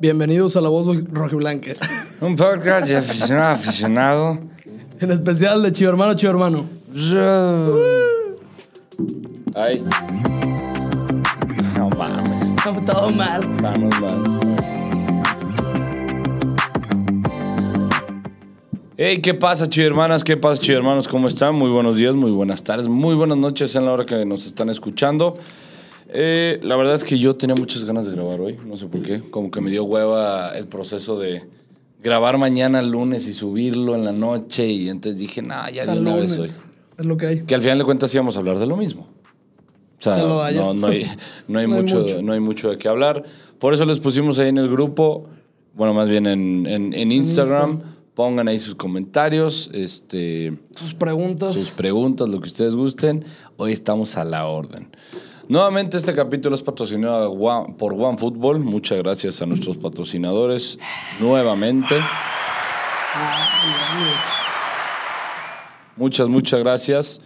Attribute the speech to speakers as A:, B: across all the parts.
A: Bienvenidos a La Voz Rojiblanca.
B: Un Um podcast de aficionado a aficionado.
A: En especial de Chivo Hermano, Chivo Hermano.
B: Ay. No mames.
A: Todo mal.
B: Vamos mal. Hey, ¿qué pasa, chido hermanas? ¿Qué pasa, chido hermanos? ¿Cómo están? Muy buenos días, muy buenas tardes, muy buenas noches en la hora que nos están escuchando. Eh, la verdad es que yo tenía muchas ganas de grabar hoy, no sé por qué. Como que me dio hueva el proceso de grabar mañana lunes y subirlo en la noche. Y entonces dije, nah, ya de una vez hoy.
A: Saludos. Es lo que hay.
B: Que al final de cuentas íbamos a hablar de lo mismo. O sea,
A: De lo de ayer.
B: no, no hay, no hay mucho, no hay mucho de qué hablar. Por eso les pusimos ahí en el grupo, bueno, más bien en, en- en Instagram. Pongan ahí sus comentarios, este,
A: Sus preguntas.
B: sus preguntas, lo que ustedes gusten. Hoy estamos a la orden. Nuevamente este capítulo es patrocinado a One- por OneFootball. Muchas gracias a nuestros patrocinadores nuevamente.
A: Ah,
B: Muchas, muchas gracias.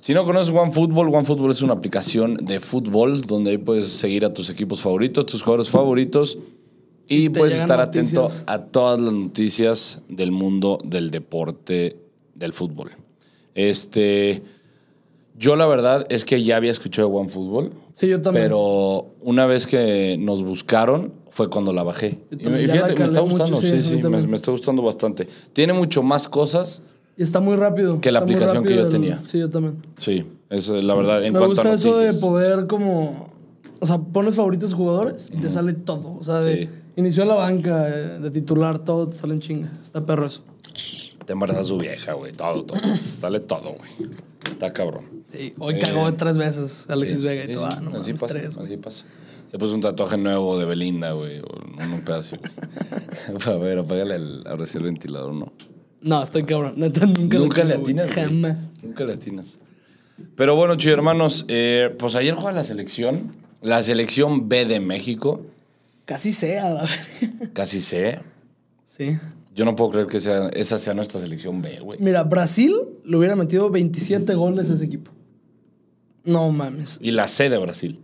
B: Si no conoces OneFootball, OneFootball es una aplicación de fútbol donde ahí puedes seguir a tus equipos favoritos, tus jugadores favoritos y,
A: Y te
B: puedes
A: llegan
B: estar atento
A: noticias.
B: a todas las noticias del mundo del deporte del fútbol. Este, yo la verdad es que ya había escuchado de OneFootball,
A: sí, yo también.
B: pero una vez que nos buscaron fue cuando la bajé.
A: Yo
B: Y
A: también,
B: me- y
A: ya
B: fíjate,
A: la
B: me está
A: calé mucho,
B: gustando,
A: sí, a
B: sí,
A: mí
B: sí, me,
A: también.
B: me está gustando bastante. Tiene mucho más cosas.
A: Y está muy rápido.
B: Que la
A: Está muy
B: aplicación que
A: rápido
B: yo tenía.
A: Sí, yo también.
B: Sí, eso es eh, la verdad. En
A: Me
B: cuanto
A: gusta
B: a
A: eso de
B: noticias.
A: poder como... O sea, pones favoritos jugadores y te sale todo. O sea, de
B: Sí.
A: inició en la banca, eh, de titular, todo te sale en chinga. Está perro eso.
B: Te embarazas su vieja, güey. Todo, todo. Sale todo, güey. Está cabrón.
A: Sí, hoy cagó tres veces Alexis Vega y
B: Sí,
A: todo.
B: sí,
A: ah, no
B: así
A: mames,
B: pasa,
A: tres, güey.
B: así pasa. Se puso un tatuaje nuevo de Belinda, güey. o Un, un pedazo, güey. A ver, apágale el, ahora sí el ventilador, ¿no?
A: No, estoy cabrón. Neta, nunca,
B: Nunca le
A: tengo, güey.
B: atinas. güey.
A: Jamás.
B: Nunca le atinas. Pero bueno, chicos, hermanos, eh, pues ayer juega la selección. La selección B de México.
A: Casi sea, la verga.
B: Casi C.
A: Sí.
B: Yo no puedo creer que sea, esa sea nuestra selección B, güey.
A: Mira, Brasil le hubiera metido 27 goles a ese equipo. No mames.
B: Y la C de Brasil.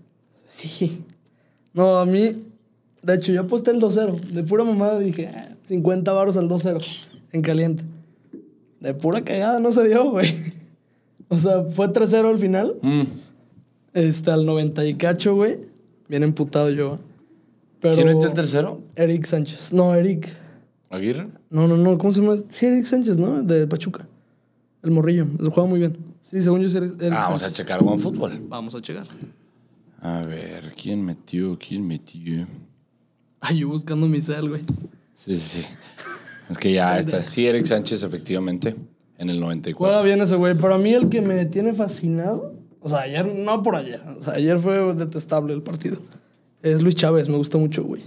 A: No, a mí. De hecho, yo aposté el 2-0. De pura mamada dije, ah, 50 varos al 2-0. En caliente. De pura cagada no se dio, güey. O sea, fue 3-0 al final.
B: Mm.
A: Este, al 90 y cacho, güey. Bien emputado yo. ¿eh? Pero...
B: ¿Quién metió el tercero?
A: Eric Sánchez. No, Eric.
B: ¿Aguirre?
A: No, no, no. ¿Cómo se llama? Sí, Eric Sánchez, ¿no? De Pachuca. El morrillo. Lo juega muy bien. Sí, según yo es Eric, Eric
B: Ah, vamos a
A: Sánchez.
B: checar OneFootball.
A: Vamos a checar.
B: A ver, ¿quién metió? ¿Quién metió?
A: Ay, yo buscando mi cel, güey.
B: Sí, sí, sí. Es que ya está. Sí, Eric Sánchez, efectivamente, en el 94.
A: Juega bien ese güey. Para mí el que me tiene fascinado, o sea, ayer, no por ayer, o sea, ayer fue detestable el partido. Es Luis Chávez, me gusta mucho, güey.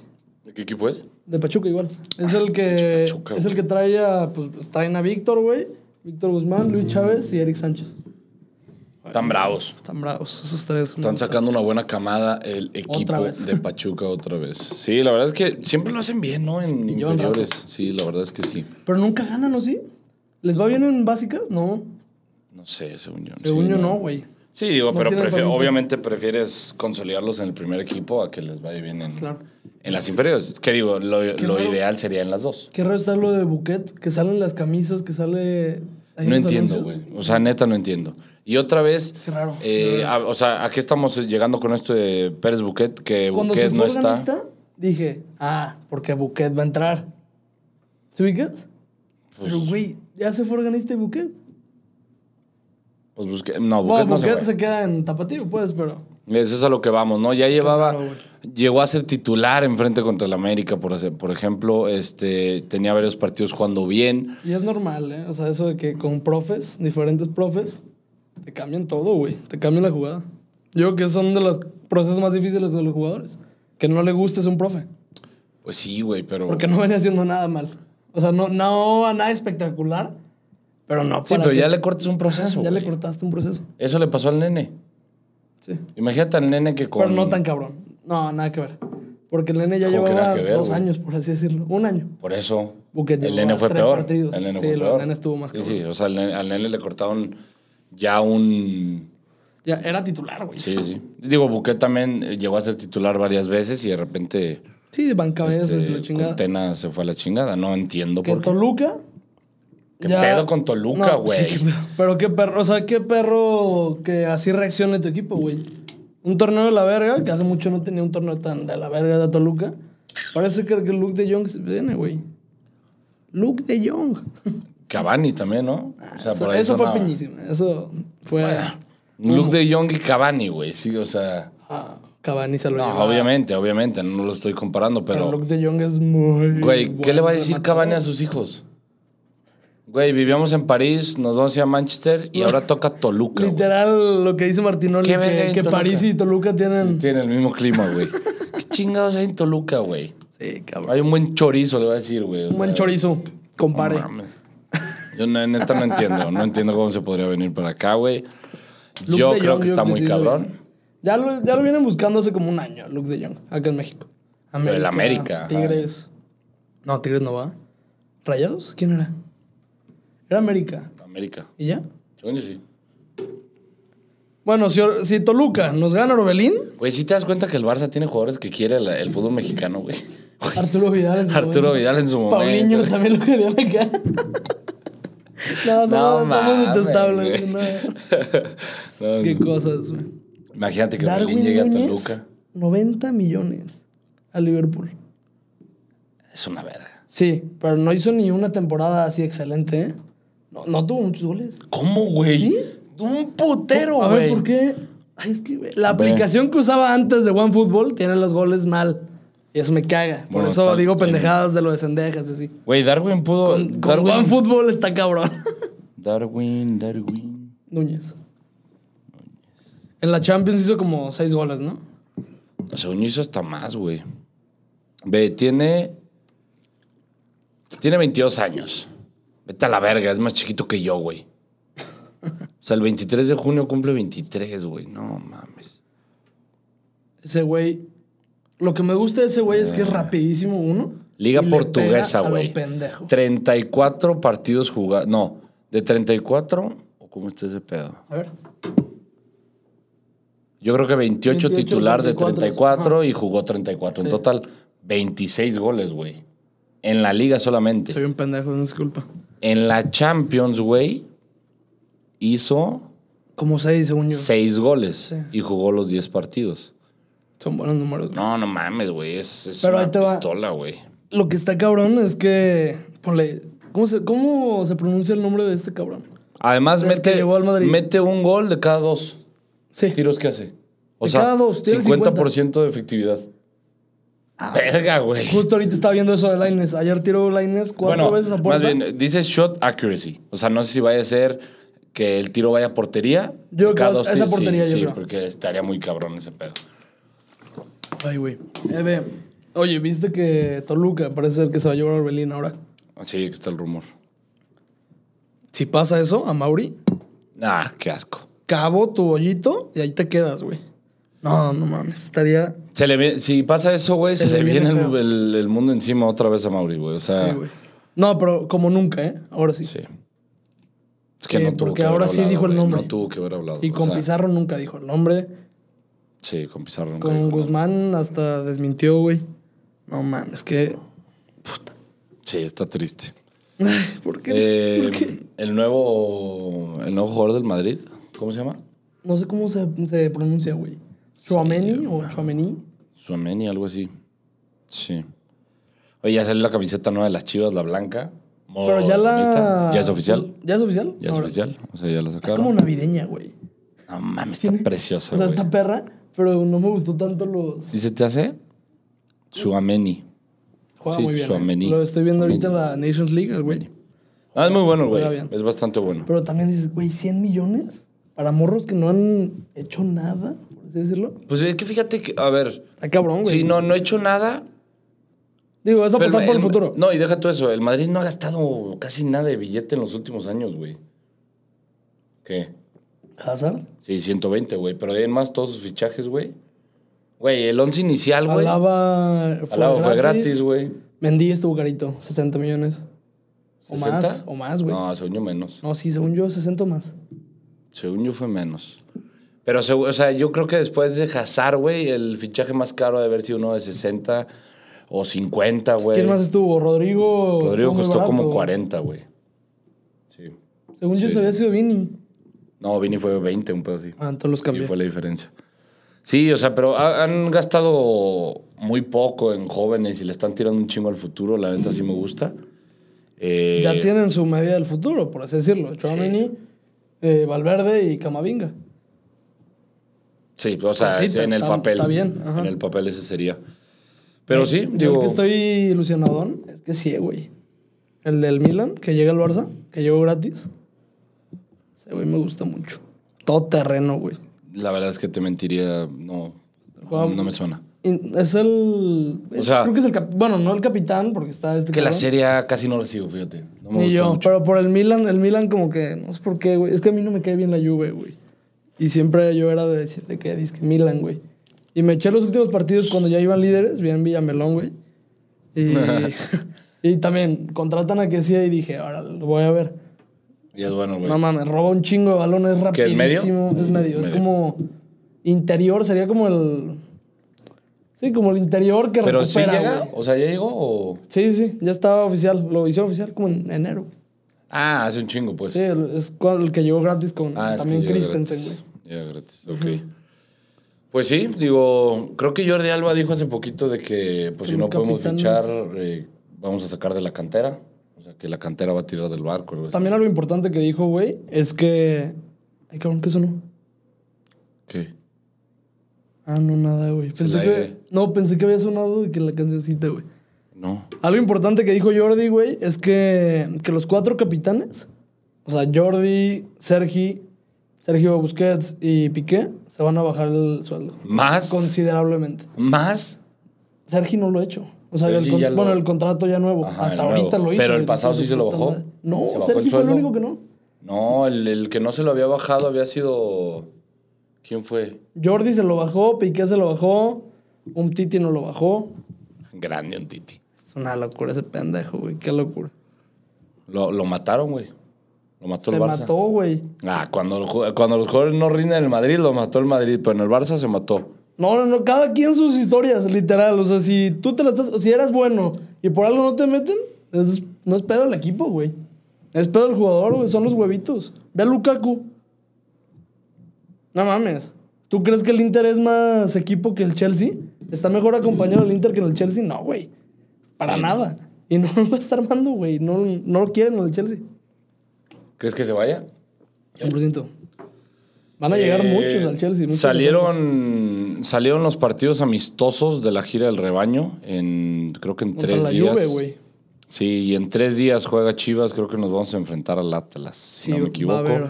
B: ¿De qué equipo es?
A: De Pachuca igual. Es el que
B: Pachuca,
A: es el que trae a pues pues, traen a Víctor, güey. Víctor Guzmán,
B: Mm.
A: Luis Chávez y Eric Sánchez.
B: Están bravos.
A: Están bravos esos tres.
B: Están sacando una buena camada el equipo
A: Otra vez.
B: de Pachuca otra vez. Sí, la verdad es que siempre lo hacen bien, ¿no? En
A: Llevan rato.
B: inferiores. Sí, la verdad es que sí.
A: Pero nunca ganan, ¿o sí? ¿Les va bien en básicas? No.
B: No sé, según yo.
A: Según
B: sí,
A: yo no, güey.
B: Sí, digo,
A: No
B: pero
A: tienen
B: prefi-
A: familia.
B: obviamente prefieres consolidarlos en el primer equipo a que les vaya bien en,
A: Claro.
B: en las inferiores. Que digo, lo, lo
A: raro.
B: ideal sería en las dos.
A: Qué raro está lo de Buquet, que salen las camisas, que sale... ahí
B: No
A: los
B: entiendo,
A: anuncios.
B: güey. O sea, neta, no entiendo. Y otra vez,
A: Qué raro,
B: eh,
A: de veras.
B: a- o sea, ¿a qué estamos llegando con esto de Pérez Buquet? Que
A: Cuando
B: Buquet
A: se
B: no
A: fue
B: está.
A: Organista, dije, ah, porque Buquet va a entrar. ¿Se ubicas? Pero, güey, ya se fue organista y Buquet.
B: Pues Busquet- no, Buquet
A: Bueno,
B: no se
A: Buquet
B: fue.
A: se queda en tapatío, pues, pero.
B: Eso es a lo que vamos, ¿no? Ya llevaba.
A: raro, güey.
B: llegó a ser titular en frente contra el América, por, hacer- por ejemplo. Este, tenía varios partidos jugando bien.
A: Y es normal, ¿eh? O sea, eso de que con profes, diferentes profes, te cambian todo, güey. Te cambian la jugada. Yo creo que son de los procesos más difíciles de los jugadores. Que no le gustes a un profe.
B: Pues sí, güey, pero.
A: Porque no venía haciendo nada mal. O sea, no, no a nada espectacular, pero no
B: Sí,
A: para
B: pero
A: que-
B: ya le cortas un proceso.
A: Ajá, Ya le
B: güey.
A: cortaste un proceso.
B: Eso le pasó al nene.
A: Sí.
B: Imagínate al nene que con.
A: Pero no tan cabrón. No, nada que ver. Porque el nene ya
B: ¿Cómo que
A: llevaba
B: nada que ver,
A: dos
B: güey?
A: años, por así decirlo. Un año.
B: Por eso.
A: Buquet
B: el
A: llevó
B: nene fue
A: tres
B: peor.
A: partidos.
B: El nene
A: Sí,
B: fue
A: lo-
B: peor.
A: el nene estuvo más
B: Sí, sí, o sea, al nene, al nene le cortaron ya un.
A: Ya era titular, güey.
B: Sí, sí. Digo, Buquet también eh, llegó a ser titular varias veces y de repente
A: Sí, de bancabezas,
B: Este,
A: la chingada.
B: Tena se fue a la chingada. No entiendo
A: Que
B: por qué.
A: Toluca.
B: ¿Qué pedo con Toluca,
A: No,
B: güey?
A: sí, qué pedo. pero qué perro, o sea, qué perro que así reaccione tu equipo, güey. Un torneo de la verga, que hace mucho no tenía un torneo tan de la verga de Toluca. Parece que el Luke de Jong se viene, güey. Luke de Jong.
B: Cavani también, ¿no? O sea,
A: Ah, eso
B: por ahí
A: eso fue
B: sonaba.
A: piñísimo. Eso fue.
B: Luke de Jong y Cavani, güey. Sí, o sea.
A: Ah, Cavani se lo
B: No,
A: llevaba.
B: obviamente, obviamente. No lo estoy comparando,
A: Ah. Pero
B: pero.
A: Luke de Jong es muy.
B: Güey, ¿qué
A: buen
B: le va a decir
A: rematador.
B: Cavani a sus hijos? Güey, vivíamos en París, nos vamos a Manchester y ahora toca Toluca. güey.
A: Literal, lo que dice Martinoli,
B: Qué verga
A: que,
B: en
A: que
B: Toluca.
A: París y Toluca tienen. Sí,
B: Tiene el mismo clima, güey. ¿Qué chingados hay en Toluca, güey?
A: cabrón.
B: Hay un buen chorizo, le voy a decir, güey. o
A: Un buen
B: sea,
A: chorizo. Compare.
B: no mames. Yo no, neta no entiendo. No entiendo cómo se podría venir para acá, güey.
A: Luke
B: Yo
A: de
B: creo
A: Jong,
B: que está
A: creo
B: muy
A: sí,
B: cabrón.
A: güey. Ya lo, ya lo vienen buscando hace como un año, Luke de Jong, acá en México.
B: Pero el América, ajá.
A: Tigres. No, Tigres no va. ¿Rayados? ¿Quién era? Era América.
B: América.
A: ¿Y ya?
B: Según yo sí.
A: Bueno, si, si Toluca nos gana Orbelín,
B: Güey, si te das cuenta que el Barça tiene jugadores que quiere el, el fútbol mexicano, güey.
A: Arturo Vidal en su
B: Arturo Vidal en su momento.
A: Paulinho también lo querían acá. no, somos, somos
B: mames,
A: detestables.
B: güey.
A: no.
B: No, no.
A: Qué cosas, güey.
B: Imagínate que Berlín
A: Darwin
B: llegue a
A: Núñez,
B: Toluca.
A: 90 millones a Liverpool.
B: Es una verga.
A: Sí, pero no hizo ni una temporada así excelente, ¿eh? No, no tuvo muchos goles.
B: ¿Cómo, güey?
A: ¿Sí?
B: Un putero,
A: A
B: güey.
A: ver, ¿por qué? Ay, es que güey, la
B: Ve.
A: aplicación que usaba antes de OneFootball tiene los goles mal. Y eso me caga. Por
B: Bueno,
A: eso
B: está
A: digo
B: bien.
A: pendejadas de lo de Sendejas, así.
B: Güey, Darwin pudo.
A: Con, con
B: Darwin,
A: OneFootball está cabrón.
B: Darwin, Darwin.
A: Núñez. En la Champions hizo como seis goles, ¿no?
B: Según yo hizo hasta más, güey. Ve, tiene. Tiene 22 años. Vete a la verga, es más chiquito que yo, güey. O sea, el 23 de junio cumple 23, güey. No mames.
A: Ese güey. Lo que me gusta de ese güey es que es rapidísimo, uno.
B: Ah. Liga
A: y le
B: Portuguesa,
A: pega a lo
B: güey.
A: pendejo.
B: 34 partidos jugados. No, de 34. ¿O cómo está ese pedo?
A: A ver.
B: Yo creo que 28,
A: 28,
B: titular de 34
A: 34,
B: y jugó 34. En
A: Sí.
B: total, 26 goles, güey. En la liga solamente.
A: Soy un pendejo, no disculpa.
B: En la Champions, güey, hizo
A: Como seis, según yo.
B: 6 goles
A: Sí.
B: y jugó los 10 partidos.
A: Son buenos números. güey.
B: No, no mames, güey. Es, es
A: Pero ahí
B: una
A: te va.
B: pistola, güey.
A: Lo que está cabrón es que. Ponle. ¿Cómo se, cómo se pronuncia el nombre de este cabrón?
B: Además,
A: Del que
B: mete,
A: llegó al Madrid.
B: mete un gol de cada dos
A: Sí.
B: tiros que hace. O
A: De
B: sea,
A: cada dos, tiene el
B: 50% de efectividad.
A: Ah.
B: Verga, güey.
A: Justo ahorita estaba viendo eso de Laines. Ayer tiró Laines cuatro
B: Bueno,
A: veces a
B: más
A: puerta.
B: bien, dice shot accuracy. O sea, no sé si vaya a ser que el tiro vaya a portería.
A: Yo
B: De
A: creo que esa
B: tiros,
A: portería,
B: sí,
A: yo
B: sí,
A: creo.
B: porque estaría muy cabrón ese pedo.
A: Ay, güey. Eh, ve. Oye, viste que Toluca parece ser que se va a llevar a Orbelín ahora.
B: Así que está el rumor.
A: Si pasa eso a Mauri,
B: Ah, qué asco.
A: cabo tu hoyito y ahí te quedas, güey. No, no mames. Estaría.
B: Se le vi- si pasa eso, güey, se, le viene, el,
A: feo.
B: el- el mundo encima otra vez a Mauri, güey. O sea,
A: Sí, güey. No, pero como nunca, ¿eh? Ahora sí.
B: sí. Es que
A: Sí,
B: no tuvo
A: porque
B: que haber
A: ahora sí
B: hablado,
A: dijo el
B: güey.
A: nombre.
B: No tuvo que haber hablado.
A: Y
B: o
A: con
B: sea,
A: Pizarro nunca dijo el nombre.
B: Sí, con Pizarro. nunca dijo
A: Con
B: nada.
A: Guzmán hasta desmintió, güey. No mames, que.
B: Sí, está triste.
A: Ay, ¿Por qué?
B: Eh,
A: ¿Por qué?
B: el nuevo el nuevo jugador del Madrid, ¿cómo se llama?
A: No sé cómo se, se pronuncia, güey. Chouameni o Chouameni.
B: Suameni, algo así. Sí. Oye, ya salió la camiseta nueva de las Chivas, la blanca. Muy
A: Pero ya la.
B: bonita. Ya es oficial.
A: ¿Ya es oficial?
B: Ya es
A: Ahora, Ah,
B: oficial. O sea, ya la
A: Está
B: sacaron.
A: como navideña, güey.
B: No mames, está preciosa,
A: O sea,
B: güey.
A: está perra, pero no me gustó tanto los.
B: ¿Y se te hace? Suameni.
A: Juega
B: sí,
A: muy bien.
B: Tchouaméni.
A: eh. Lo estoy viendo ahorita en la Nations League, el güey.
B: Ah, es muy bueno, güey.
A: Juega bien.
B: Es bastante bueno.
A: Pero también dices, güey, 100 millones para morros que no han hecho nada, por así decirlo.
B: Pues es que fíjate que, a ver,
A: Está cabrón, güey.
B: sí, no, no he hecho nada.
A: Digo, vas a
B: pero
A: pasar por pues el
B: el-
A: futuro.
B: No, y deja todo eso. El Madrid no ha gastado casi nada de billete en los últimos años, güey. ¿Qué?
A: Hazard,
B: Sí, 120, güey. Pero de ahí en más todos sus fichajes, güey. Güey, el once inicial, güey.
A: Alaba fue
B: Alaba fue gratis, güey.
A: Mendy estuvo carito, 60 millones. O más,
B: ¿60?
A: o más, güey. No.
B: No, según yo menos.
A: sí, según yo, 60 más.
B: Según yo fue menos. Pero, segu- o sea, yo creo que después de Hazard, güey, el fichaje más caro ha de haber sido uno de 60 O 50, güey.
A: Pues, ¿Quién más estuvo? Rodrigo.
B: Rodrigo
A: estuvo muy
B: costó como
A: barato.
B: 40, güey. Sí.
A: Según yo,
B: Sí,
A: se había sido Vini.
B: No, Vini fue 20, un pedo así.
A: Ah, entonces los
B: Y
A: cambió.
B: fue la diferencia. Sí, o sea, pero ha- han gastado muy poco en jóvenes y le están tirando un chingo al futuro. La neta sí me gusta. Eh,
A: Ya tienen su medida del futuro, por así decirlo. Chouameni, eh, Valverde y Camavinga.
B: Sí, o sea,
A: Cositas,
B: en el
A: está-
B: papel.
A: está bien, ajá. Eh,
B: En el papel ese sería. Pero sí,
A: Yo el
B: digo.
A: que estoy ilusionadón es que sí, güey. El del Milan, que llega al Barça, que llegó gratis. Ese güey me gusta mucho. Todo terreno, güey.
B: La verdad es que te mentiría. No,
A: Juega-
B: no me suena.
A: Y Es el.
B: O sea-
A: creo que es el. cap- Bueno, no el capitán, porque está este.
B: Que la
A: cabrón.
B: serie A casi no la sigo, fíjate. No me
A: Ni
B: gusta
A: yo,
B: mucho.
A: pero por el Milan, el Milan como que, no sé por qué, güey. Es que a mí no me cae bien la Juve, güey. Y siempre yo era de decir de que dice Milan, güey. Y me eché los últimos partidos cuando ya iban líderes, bien Villamelón, güey. Y, y también contratan a que sí y dije, ahora lo voy a ver.
B: Y es bueno, güey.
A: No mames, roba un chingo de balones
B: ¿Qué, es
A: rapidísimo.
B: medio?
A: Es medio, es
B: Medio.
A: como interior, sería como el Sí, como el interior que
B: pero sí
A: recupera,
B: llega.
A: güey.
B: O sea, ya llegó o.
A: Sí, sí, ya estaba oficial, lo hicieron oficial como en enero.
B: Ah, hace un chingo, pues.
A: Sí, el- es cual- el que llegó gratis con
B: Ah, es
A: también
B: que llega
A: Christensen, güey.
B: gratis. Llega gratis, ok. Pues sí, digo, creo que Jordi Alba dijo hace poquito de que pues
A: Que
B: si
A: los
B: no podemos
A: capitanes-
B: fichar, eh, vamos a sacar de la cantera. O sea, que la cantera va a tirar del barco. algo así.
A: También algo importante que dijo, güey, es que. Ay, cabrón, ¿qué sonó?
B: ¿Qué?
A: Ah, no, nada, güey. Pensé
B: el
A: que.
B: aire.
A: No, pensé que había sonado y que la cancioncita, güey.
B: No.
A: Algo importante que dijo Jordi, güey, es que, que los cuatro capitanes, o sea, Jordi, Sergi, Sergio Busquets y Piqué, se van a bajar el sueldo.
B: ¿Más?
A: Considerablemente.
B: ¿Más?
A: Sergi no lo ha hecho. O sea,
B: Sergi
A: el, con-
B: ya lo-
A: bueno, el contrato ya nuevo.
B: Ajá,
A: Hasta
B: el nuevo.
A: ahorita lo hizo.
B: Pero el
A: güey,
B: pasado
A: entonces,
B: sí se lo
A: puta
B: bajó.
A: madre. No,
B: Se bajó el
A: Sergi fue el
B: sueldo.
A: único que no.
B: No, el, el que no se lo había bajado había sido... ¿Quién fue?
A: Jordi se lo bajó, Piqué se lo bajó, un Titi no lo bajó.
B: Grande un titi.
A: Es una locura ese pendejo, güey, qué locura.
B: Lo, lo mataron, güey. Lo mató
A: Se
B: el Barça.
A: mató, güey.
B: Ah, cuando, el ju- cuando los jugadores no rinden en el Madrid, lo mató el Madrid. Pero en el Barça se mató.
A: No, no, no, cada quien sus historias, literal. O sea, si tú te la estás, o si eras bueno y por algo no te meten, es- no es pedo el equipo, güey. Es pedo el jugador, güey, son los huevitos. Ve a Lukaku. No mames. ¿Tú crees que el Inter es más equipo que el Chelsea? ¿Está mejor acompañado el Inter que en el Chelsea? No, güey. Para
B: Sí.
A: nada. Y no lo está armando, güey. No, no lo quieren en el Chelsea.
B: ¿Crees que se vaya?
A: 100%. Van a llegar
B: Eh,
A: muchos al Chelsea. muchos defensas.
B: salieron, salieron los partidos amistosos de la gira del rebaño en creo que en
A: Contra
B: tres
A: la
B: días.
A: Juve, güey.
B: sí, y en tres días juega Chivas. Creo que nos vamos a enfrentar al Atlas, si
A: Sí,
B: no me
A: Va
B: equivoco.
A: a haber, va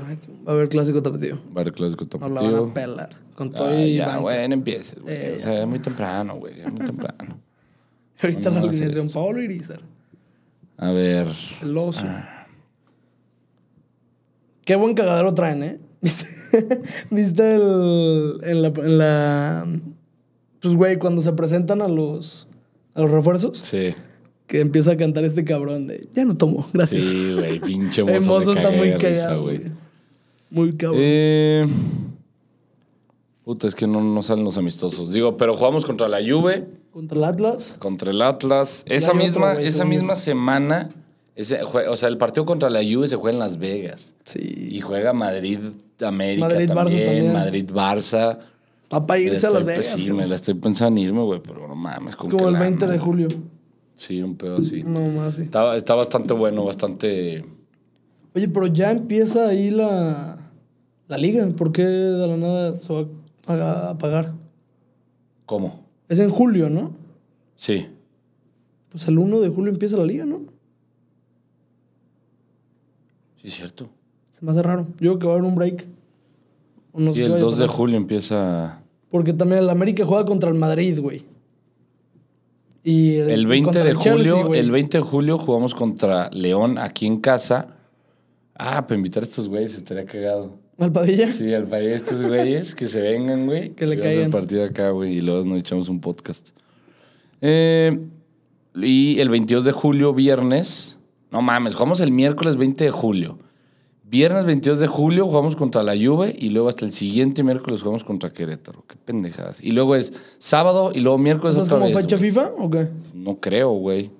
A: a haber clásico tapatío.
B: Va a haber clásico
A: No la van
B: tapatío.
A: a pelar. Con todo
B: Ah,
A: y
B: ya,
A: banca.
B: güey, no empieces, güey.
A: Eh,
B: o sea, es muy temprano, güey, es muy temprano.
A: Ahorita
B: No, no
A: la
B: va a
A: alineación Paolo Irizar.
B: A ver,
A: El oso.
B: Ah.
A: Qué buen cagadero traen, ¿eh? ¿Viste, ¿Viste el, en la, en la... Pues, güey, cuando se presentan a los, a los refuerzos,
B: sí.
A: que empieza a cantar este cabrón de... Ya no tomo, gracias.
B: Sí, güey, pinche mozo.
A: El mozo
B: me
A: está
B: cagué
A: muy
B: de risa,
A: cagado,
B: güey.
A: güey. Muy cabrón.
B: Eh, puta, es que no, no salen los amistosos. Digo, pero jugamos contra la Juve.
A: Contra el Atlas.
B: Contra el Atlas. Esa
A: hay otro,
B: misma,
A: güey,
B: esa
A: según yo.
B: misma semana. ese jue- o sea, el partido contra la Juve se juega en Las Vegas.
A: Sí.
B: Y juega Madrid América
A: Madrid-Barça
B: también,
A: también.
B: Madrid Barça.
A: Está para irse a Las Vegas.
B: Sí,
A: cabrón.
B: me la estoy pensando en irme, güey, pero no mames.
A: es
B: con
A: como
B: qué
A: el
B: lana,
A: 20 de
B: güey.
A: julio.
B: Sí, un pedo así.
A: No más, sí.
B: Está, está bastante bueno, bastante.
A: Oye, pero ya empieza ahí la, la liga. ¿Por qué de la nada se va a aga- a pagar?
B: ¿Cómo?
A: Es en julio, ¿no?
B: Sí.
A: Pues el 1 de julio empieza la liga, ¿no?
B: Sí, es cierto.
A: Se me hace raro. Yo creo que va a haber un break. O no sé
B: Y
A: qué
B: el
A: vaya a
B: 2 de
A: pasar.
B: julio empieza.
A: Porque también el América juega contra el Madrid, güey. Y el,
B: El 20
A: contra
B: de
A: el Chelsea,
B: julio,
A: güey.
B: el 20 de julio jugamos contra León aquí en casa. Ah, para invitar a estos güeyes estaría cagado.
A: ¿Al Padilla?
B: Sí, al país estos güeyes que se vengan, güey.
A: Que le
B: Y vamos a hacer
A: caigan.
B: partido acá, güey, y luego nos echamos un podcast. Eh, y el 22 de julio, viernes. No mames, jugamos el miércoles 20 de julio. Viernes 22 de julio jugamos contra la Juve y luego hasta el siguiente miércoles jugamos contra Querétaro. Qué pendejadas. Y luego es sábado y luego miércoles
A: ¿Eso es
B: pues otra
A: como
B: vez.
A: fecha
B: güey.
A: FIFA o qué?
B: No creo, güey.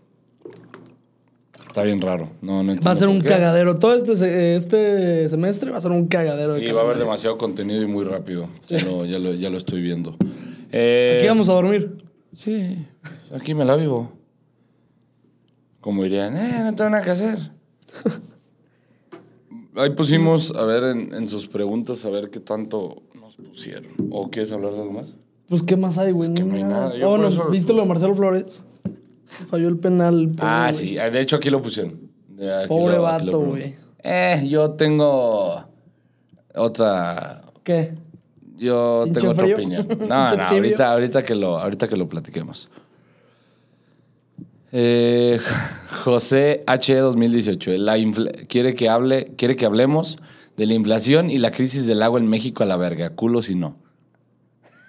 B: Está bien raro. No, no
A: Va a
B: entiendo
A: ser
B: por
A: un
B: qué.
A: cagadero. Todo este, se- este semestre va a ser un cagadero. De
B: Y va a haber
A: calendario.
B: demasiado contenido y muy rápido. Ya lo, ya lo- ya lo estoy viendo. Eh,
A: Aquí vamos a dormir.
B: Sí, aquí me la vivo. Como dirían, eh, no tengo nada que hacer. Ahí pusimos, a ver, en, en sus preguntas, a ver qué tanto nos pusieron. ¿O quieres hablar de algo más?
A: Pues, ¿qué más hay, güey?
B: que no hay nada. Yo
A: Ah,
B: por
A: bueno,
B: eso-
A: ¿viste lo de Marcelo Flores? Falló el penal. pobre,
B: Ah,
A: güey.
B: sí. Ah, De hecho, aquí lo pusieron. De aquí
A: Pobre
B: lo- aquí lo
A: vato,
B: pongo.
A: güey.
B: Eh, yo tengo otra...
A: ¿Qué?
B: Yo
A: Pinche
B: tengo otra
A: frío.
B: opinión.
A: Pinche
B: No, no,
A: tibio.
B: ahorita, ahorita, que lo, ahorita que lo platiquemos. Eh, José H E 2018. La infl- quiere, que hable, quiere que hablemos de la inflación y la crisis del agua en México a la verga. Culo si no.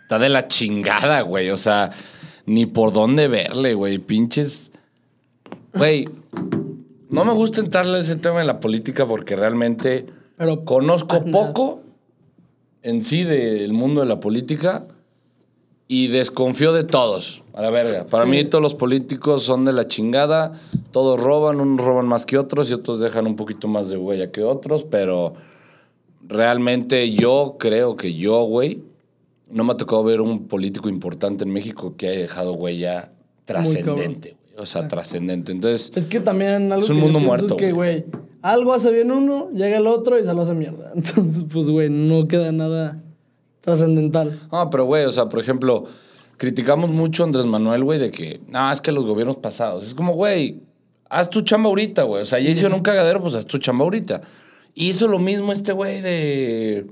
B: Está de la chingada, güey. O sea, ni por dónde verle, güey. Pinches. Güey, no me gusta entrarle a ese tema de la política porque realmente
A: Pero-
B: conozco
A: Ah, nada.
B: poco en sí del mundo de la política y desconfío de todos. A la verga. Para mí todos los políticos son de la chingada. Todos roban, unos roban más que otros y otros dejan un poquito más de huella que otros, pero realmente yo creo que yo, güey, no me ha tocado ver un político importante en México que haya dejado huella trascendente, güey. O sea, trascendente. Entonces,
A: Es que también algo
B: Es un
A: que yo
B: mundo
A: pienso
B: muerto,
A: es que, güey, algo hace bien uno, llega el otro y se lo hace mierda. Entonces, pues, güey, no queda nada trascendental.
B: No, pero güey, o sea, por ejemplo, criticamos mucho a Andrés Manuel, güey, de que, no, es que los gobiernos pasados. Es como, güey, haz tu chamba ahorita, güey. O sea, ya hicieron un cagadero, pues haz tu chamba ahorita. Hizo lo mismo este güey de.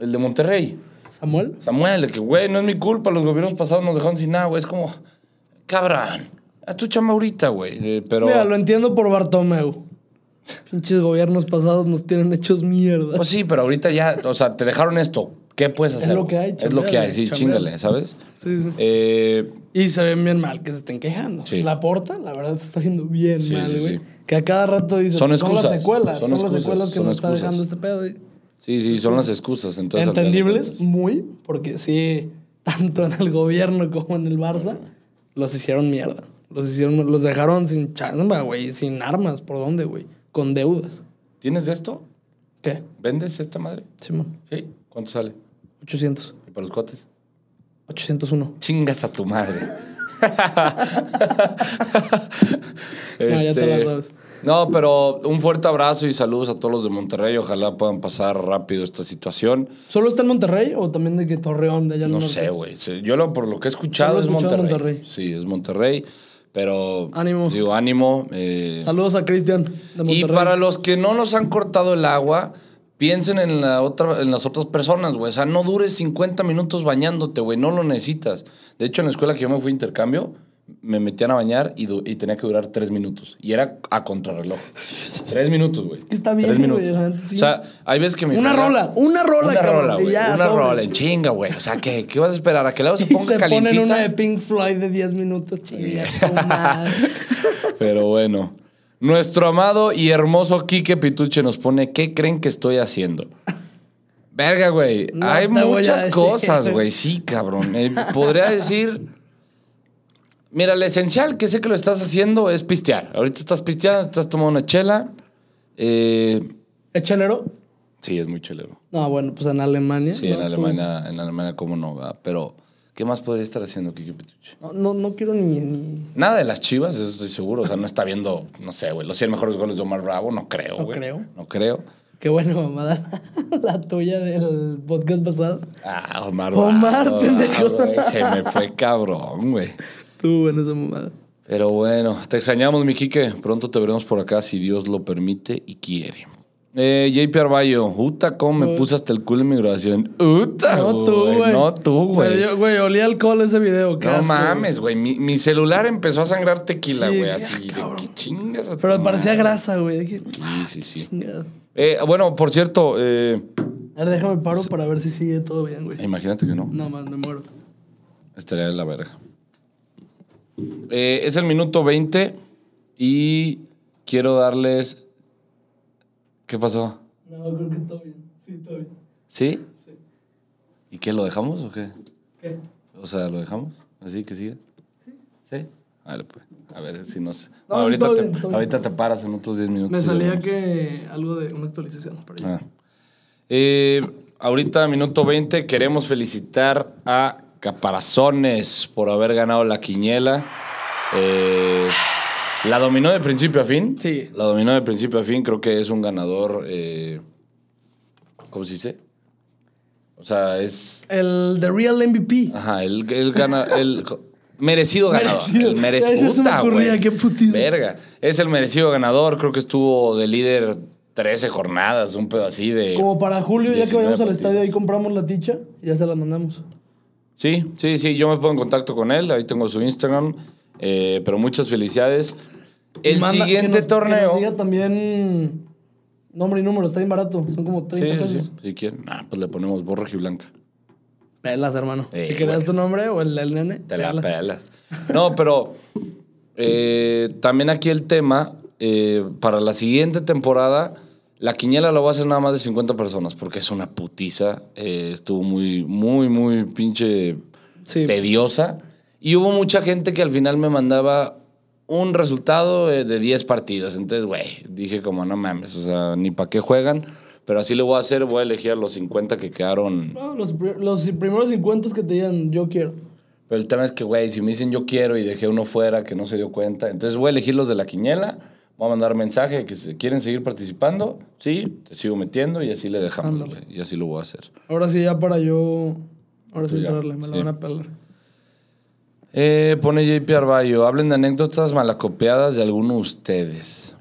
B: El de Monterrey.
A: ¿Samuel?
B: Samuel, de que, güey, no es mi culpa, los gobiernos pasados nos dejaron sin nada, güey. Es como, cabrón, haz tu chamba ahorita, güey. Eh, pero.
A: Mira, lo entiendo por Bartomeu. Pinches gobiernos pasados nos tienen hechos mierda.
B: Pues sí, pero ahorita ya, o sea, te dejaron esto. ¿Qué puedes hacer?
A: lo que hay,
B: Es lo que hay, sí,
A: chambearle,
B: chingale,
A: chambearle.
B: ¿sabes?
A: Sí, sí.
B: Eh,
A: Y se ven bien mal que se estén quejando.
B: Sí.
A: La porta, la verdad, se está viendo bien
B: Sí,
A: mal,
B: sí,
A: güey.
B: sí.
A: Que a cada rato dice,
B: Son
A: las
B: excusas,
A: secuelas,
B: son
A: son,
B: excusas,
A: las secuelas que
B: son
A: nos está
B: excusas.
A: dejando este pedo. y-
B: sí, sí, son las excusas. Entonces,
A: Entendibles, muy, porque sí, tanto en el gobierno como en el Barça, los hicieron mierda. Los hicieron, los dejaron sin chamba, güey, sin armas, ¿por dónde, güey? Con deudas.
B: ¿Tienes de esto?
A: ¿Qué?
B: ¿Vendes esta madre?
A: Simón,
B: Sí. ¿Cuánto sale?
A: 800,
B: ¿Y para los cuates?
A: 801.
B: Chingas a tu madre.
A: No, ya te la sabes.
B: Este, no, pero un fuerte abrazo y saludos a todos los de Monterrey. Ojalá puedan pasar rápido esta situación.
A: ¿Solo está en Monterrey o también de que Torreón, de allá al
B: No
A: norte?
B: sé, güey. Sí, Yo lo, por lo que he
A: Solo
B: escuchado
A: he
B: es
A: escuchado
B: Monterrey.
A: Monterrey.
B: Sí, es Monterrey. Pero.
A: Ánimo.
B: Digo, ánimo. eh,
A: Saludos a Cristian de Monterrey.
B: y para los que no nos han cortado el agua, piensen en, la otra, en las otras personas, güey. O sea, no dures 50 minutos bañándote, güey. No lo necesitas. De hecho, en la escuela que yo me fui a intercambio, me metían a bañar y, du- y tenía que durar 3 minutos. Y era a contrarreloj. 3 minutos, güey.
A: que está bien,
B: Tres minutos.
A: güey, la neta, sí.
B: O sea, hay veces que me...
A: Una rola, una rola,
B: Una
A: cabrón,
B: rola,
A: y
B: güey.
A: ya,
B: Una
A: sobres.
B: rola, en chinga, güey. O sea, ¿qué, ¿qué vas a esperar? ¿A que el agua se
A: Y
B: ponga
A: se
B: calientita?
A: ponen una de Pink Floyd de 10 minutos, chinga tu madre.
B: Pero bueno. Nuestro amado y hermoso Quique Pituche nos pone, ¿qué creen que estoy haciendo? Verga, güey.
A: No
B: Hay
A: te voy a
B: muchas
A: decir.
B: cosas, güey. Sí, cabrón. Eh, podría decir... Mira, lo esencial que sé que lo estás haciendo es pistear. Ahorita estás pisteando, estás tomando una chela. Eh,
A: ¿Es chelero?
B: sí, es muy chelero.
A: No, bueno, pues en Alemania.
B: Sí,
A: ¿no?
B: en
A: Tú-
B: Alemania, en Alemania, cómo no, ¿verdad? Pero, ¿qué más podría estar haciendo Quique Pituche?
A: No, no, no quiero ni- ni,
B: Nada de las chivas, eso estoy seguro. O sea, no está viendo, no sé, güey, los 100 mejores goles de Omar Bravo. No creo,
A: No
B: güey.
A: creo.
B: No creo.
A: Qué buena mamada la tuya del podcast pasado.
B: Ah, Omar Bravo.
A: Omar,
B: ah,
A: pendejo.
B: güey, se me fue cabrón, güey.
A: Estuvo buena esa mamada.
B: Pero bueno, te extrañamos, mi Quique. Pronto te veremos por acá si Dios lo permite y quiere. Eh, JP Arballo, Uta, ¿cómo me puse hasta el culo en mi grabación? Uta,
A: No tú, güey.
B: No tú,
A: Me
B: güey.
A: dio- Güey, olía alcohol ese video. qué
B: No
A: asco,
B: mames, güey. Mi, mi celular empezó a sangrar tequila,
A: Sí,
B: güey.
A: ah,
B: Así, de
A: cabrón.
B: que chingas. a
A: güey. Pero
B: tu
A: parecía
B: madre.
A: grasa, güey. Dije,
B: Sí, sí, sí.
A: chingado.
B: Eh, bueno, por cierto, eh,
A: A ver, déjame paro para ver si sigue todo bien, güey.
B: imagínate que no.
A: No más, me muero.
B: Estaría de la verga. Eh, es el minuto 20 y quiero darles... ¿Qué pasó?
A: No, creo que todo bien. Sí, todo bien.
B: ¿Sí?
A: Sí.
B: ¿Y qué? ¿Lo dejamos o qué?
A: ¿Qué?
B: O sea, ¿lo dejamos? ¿Así que sigue? Sí. ¿Sí? Vale, pues. A ver si no sé.
A: No,
B: ahorita,
A: todo
B: te,
A: bien, todo bien.
B: ahorita te paras en otros 10 minutos.
A: Me
B: y lo
A: salía
B: vemos.
A: que algo de una actualización. Por ahí.
B: Ah. Eh, ahorita, minuto 20, queremos felicitar a Caparazones por haber ganado la quiniela. Eh, la dominó de principio a fin.
A: Sí.
B: La dominó de principio a fin. Creo que es un ganador. eh, ¿Cómo se dice? O sea, es.
A: El The Real MVP.
B: Ajá, él, él gana. él- merecido ganador.
A: Merecido.
B: El merec-
A: Ya se me
B: Puta,
A: ocurría,
B: güey.
A: qué putido.
B: Verga. Es el merecido ganador. Creo que estuvo de líder 13 jornadas, un pedo así de.
A: Como para julio, ya que vayamos al
B: 19
A: estadio, ahí compramos la ticha y ya se la mandamos.
B: Sí, sí, sí, yo me pongo en contacto con él, ahí tengo su Instagram, eh, pero muchas felicidades. El
A: Manda- que
B: siguiente
A: nos- que
B: torneo...
A: nos diga también nombre y número, está bien barato. Son como
B: Sí,
A: 30
B: sí,
A: pesos.
B: si quieren, ah, pues le ponemos borra y blanca.
A: Pelas, hermano.
B: Eh,
A: si querías
B: bueno.
A: tu nombre o el del nene,
B: Te la
A: pelas.
B: pelas. No, pero eh, también aquí el tema, eh, para la siguiente temporada, la quiniela la va a hacer nada más de 50 personas, porque es una putiza. eh, estuvo muy, muy, muy pinche
A: Sí.
B: tediosa. Y hubo mucha gente que al final me mandaba un resultado eh, de 10 partidos. Entonces, güey, dije como, no mames, o sea, ni para qué juegan. Pero así le voy a hacer, voy a elegir a los 50 que quedaron
A: No, los, pri- los primeros 50 que te digan, yo quiero.
B: pero el tema es que, güey, si me dicen yo quiero y dejé uno fuera que no se dio cuenta, entonces voy a elegir los de la quiniela, voy a mandar mensaje que se- quieren seguir participando, sí, te sigo metiendo y así le dejamos,
A: Ándale.
B: güey, y así lo voy a hacer.
A: Ahora sí, ya para yo. Ahora
B: Tú
A: sí,
B: ya,
A: darle, me la
B: sí.
A: van a pelar.
B: Eh, pone JP Arballo, hablen de anécdotas malacopiadas de alguno de ustedes.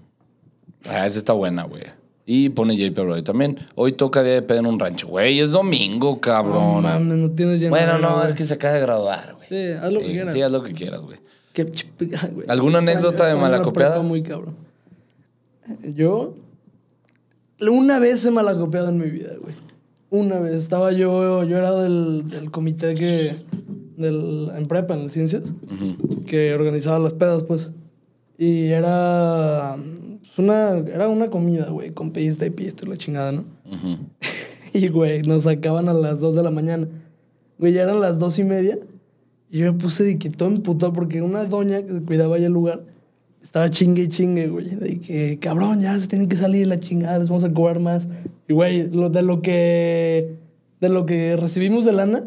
B: Ah, esa está buena, güey. Y pone JP Arballo también. Hoy toca día de pedo en un rancho. Güey, es domingo,
A: No,
B: cabrón.
A: mames, no tienes ya
B: bueno,
A: nada,
B: no,
A: güey.
B: es que se acaba de graduar, güey.
A: Sí, haz lo que
B: Eh,
A: quieras.
B: Sí, haz lo que quieras, güey.
A: Qué chip- ay, güey.
B: ¿Alguna
A: Extraño-
B: anécdota de
A: extraño la
B: malacopiada?
A: prepa muy cabrón. Yo. Una vez he malacopiado en mi vida, güey. Una vez. Estaba yo. Yo era del, del comité que. Del, en prepa, en ciencias. Que organizaba las pedas, pues. Y era. pues, Una, era una comida, güey, con pista y pisto y la chingada, ¿no?
B: Ujú.
A: Y, güey, nos sacaban a las 2 de la mañana. Güey, ya eran las 2 y media. Y yo me puse de que todo emputado porque una doña que cuidaba ya el lugar estaba chingue y chingue, güey. De que, cabrón, ya se tienen que salir la chingada, les vamos a cobrar más. Y, güey, lo, de lo que... De lo que recibimos de lana,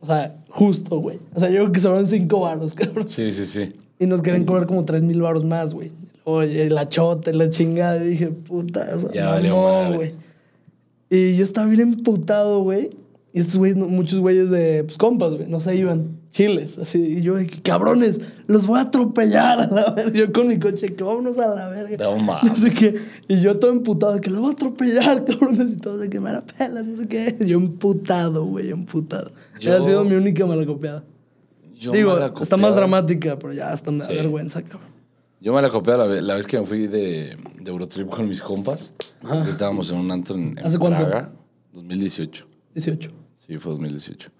A: o sea, justo, güey. O sea, yo creo que sobraron 5 baros, cabrón.
B: Sí, sí, sí.
A: Y nos querían cobrar como 3 mil baros más, güey. Oye, la chota, y la chingada. Y dije, puta, esa
B: Ya valió
A: mamó,
B: madre.
A: güey. Y yo estaba bien emputado, güey. Y estos güeyes, no- muchos güeyes de pues, compas, güey, no se iban. Chiles, así. Y yo, de que, cabrones, los voy a atropellar a la verga. Yo con mi coche, que vámonos a la verga.
B: No mames.
A: No sé qué. Y yo todo emputado, de que los voy a atropellar, cabrones. Y todo, de que me la pela, no sé qué. Yo emputado, güey, emputado.
B: Yo-
A: Esa ha sido mi única malacopiada.
B: Yo
A: Digo,
B: malacopeaba-
A: está más dramática, pero ya hasta me da
B: Sí.
A: vergüenza, cabrón.
B: Yo me la copié la, ve- la vez que me fui de, de Eurotrip con mis compas. porque estábamos en un antro en, en
A: ¿Hace cuánto?
B: Praga. 2018.
A: 18.
B: Sí, fue 2018.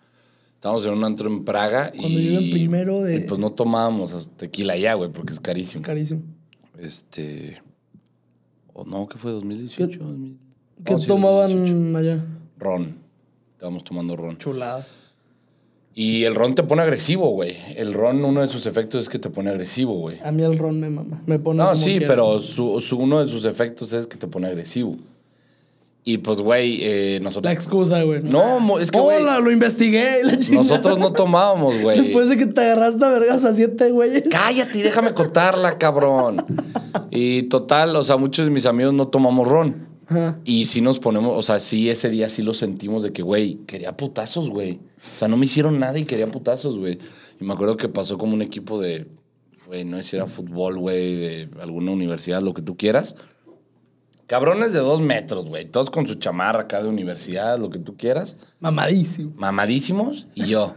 B: Estábamos en un antro en Praga y...
A: Cuando yo iba en primero de-
B: y pues no tomábamos tequila ya, güey, porque es carísimo.
A: Carísimo.
B: Este... O no, ¿qué fue? ¿2018?
A: ¿Qué-
B: 2000?
A: ¿Qué
B: No, sí,
A: tomaban
B: 2018.
A: allá?
B: Ron. Estábamos tomando ron.
A: Chulada.
B: Y el ron te pone agresivo, güey. El ron, uno de sus efectos es que te pone agresivo, güey.
A: A mí el ron me mama. Me pone.
B: No,
A: como
B: sí,
A: quiera.
B: pero su, su- uno de sus efectos es que te pone agresivo. Y pues, güey, eh,
A: La
B: nosotros,
A: excusa, güey.
B: No, mo- es que, güey-
A: Hola, lo investigué. y La chingada.
B: nosotros no tomábamos, güey.
A: Después de que te agarraste a vergas a siete güeyes.
B: Cállate y déjame contarla, cabrón. Y total, o sea, muchos de mis amigos no tomamos ron.
A: Ajá.
B: Y sí nos ponemos, o sea, sí ese día sí lo sentimos de que, güey, quería putazos, güey. O sea, no me hicieron nada y quería putazos, güey. Y me acuerdo que pasó como un equipo de, güey, no sé si era fútbol, güey, de alguna universidad, lo que tú quieras. Cabrones de dos metros, güey. Todos con su chamarra acá de universidad, lo que tú quieras.
A: Mamadísimo.
B: Mamadísimos. Y yo,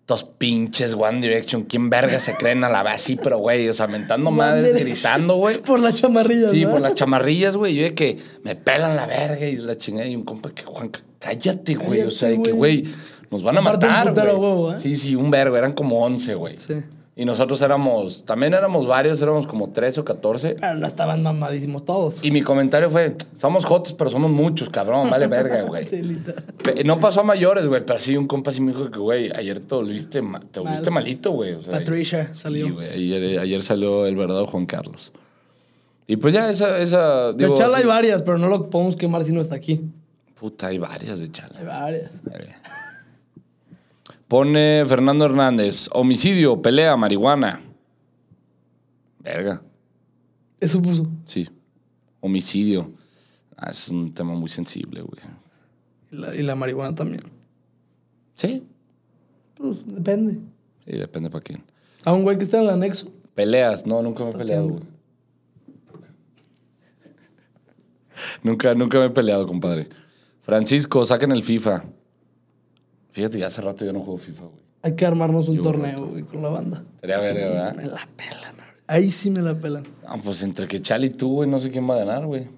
B: estos pinches One Direction, ¿quién verga se creen a la vez? Sí, pero, güey, o sea, mentando
A: One
B: madres,
A: Direction.
B: gritando, güey.
A: Por la chamarrilla,
B: Sí,
A: ¿no?
B: por las chamarrillas, güey. Yo de que me pelan la verga y la chingada. Y un compa que, Juan, cállate, güey. O sea, de
A: Cállate,
B: que, güey, nos van a
A: Aparte, un
B: matar,
A: putero
B: güey.
A: huevo, ¿eh?
B: Sí, sí, un vergo. Eran como 11, güey.
A: Sí.
B: Y nosotros éramos, también éramos varios, éramos como 13 o 14.
A: Pero no estaban mamadísimos todos.
B: Y mi comentario fue, somos jotos, pero somos muchos, cabrón, vale verga, güey.
A: Celita.
B: Pe- No pasó a mayores, güey, pero sí un compa sí me dijo que, güey, ayer te volviste, ma- te
A: Mal.
B: volviste malito, güey. o sea,
A: Patricia
B: y,
A: salió.
B: güey, ayer, eh, ayer salió el verdadero Juan Carlos. Y pues ya esa, esa
A: De
B: digo,
A: charla
B: así-
A: hay varias, pero no lo podemos quemar si no está aquí.
B: Puta, hay varias de chala.
A: Hay varias.
B: Verga. Pone Fernando Hernández, homicidio, pelea, marihuana. Verga,
A: Eso puso.
B: sí. Homicidio. Ah, es un tema muy sensible, güey.
A: Y la, y la marihuana también.
B: Sí,
A: Pues depende.
B: sí, depende para quién.
A: A un güey que está en el anexo.
B: Peleas, no, nunca me he peleado, güey. Nunca, nunca me he peleado, compadre. Francisco, saquen el FIFA. Fíjate, ya hace rato yo no juego FIFA, güey.
A: Hay que armarnos un
B: Yo,
A: torneo, güey, con la banda.
B: Sería verga, ¿verdad?
A: Me la pelan. güey. Ahí sí me la pelan.
B: Ah, pues entre que Chal y tú, güey, no sé quién va a ganar, güey.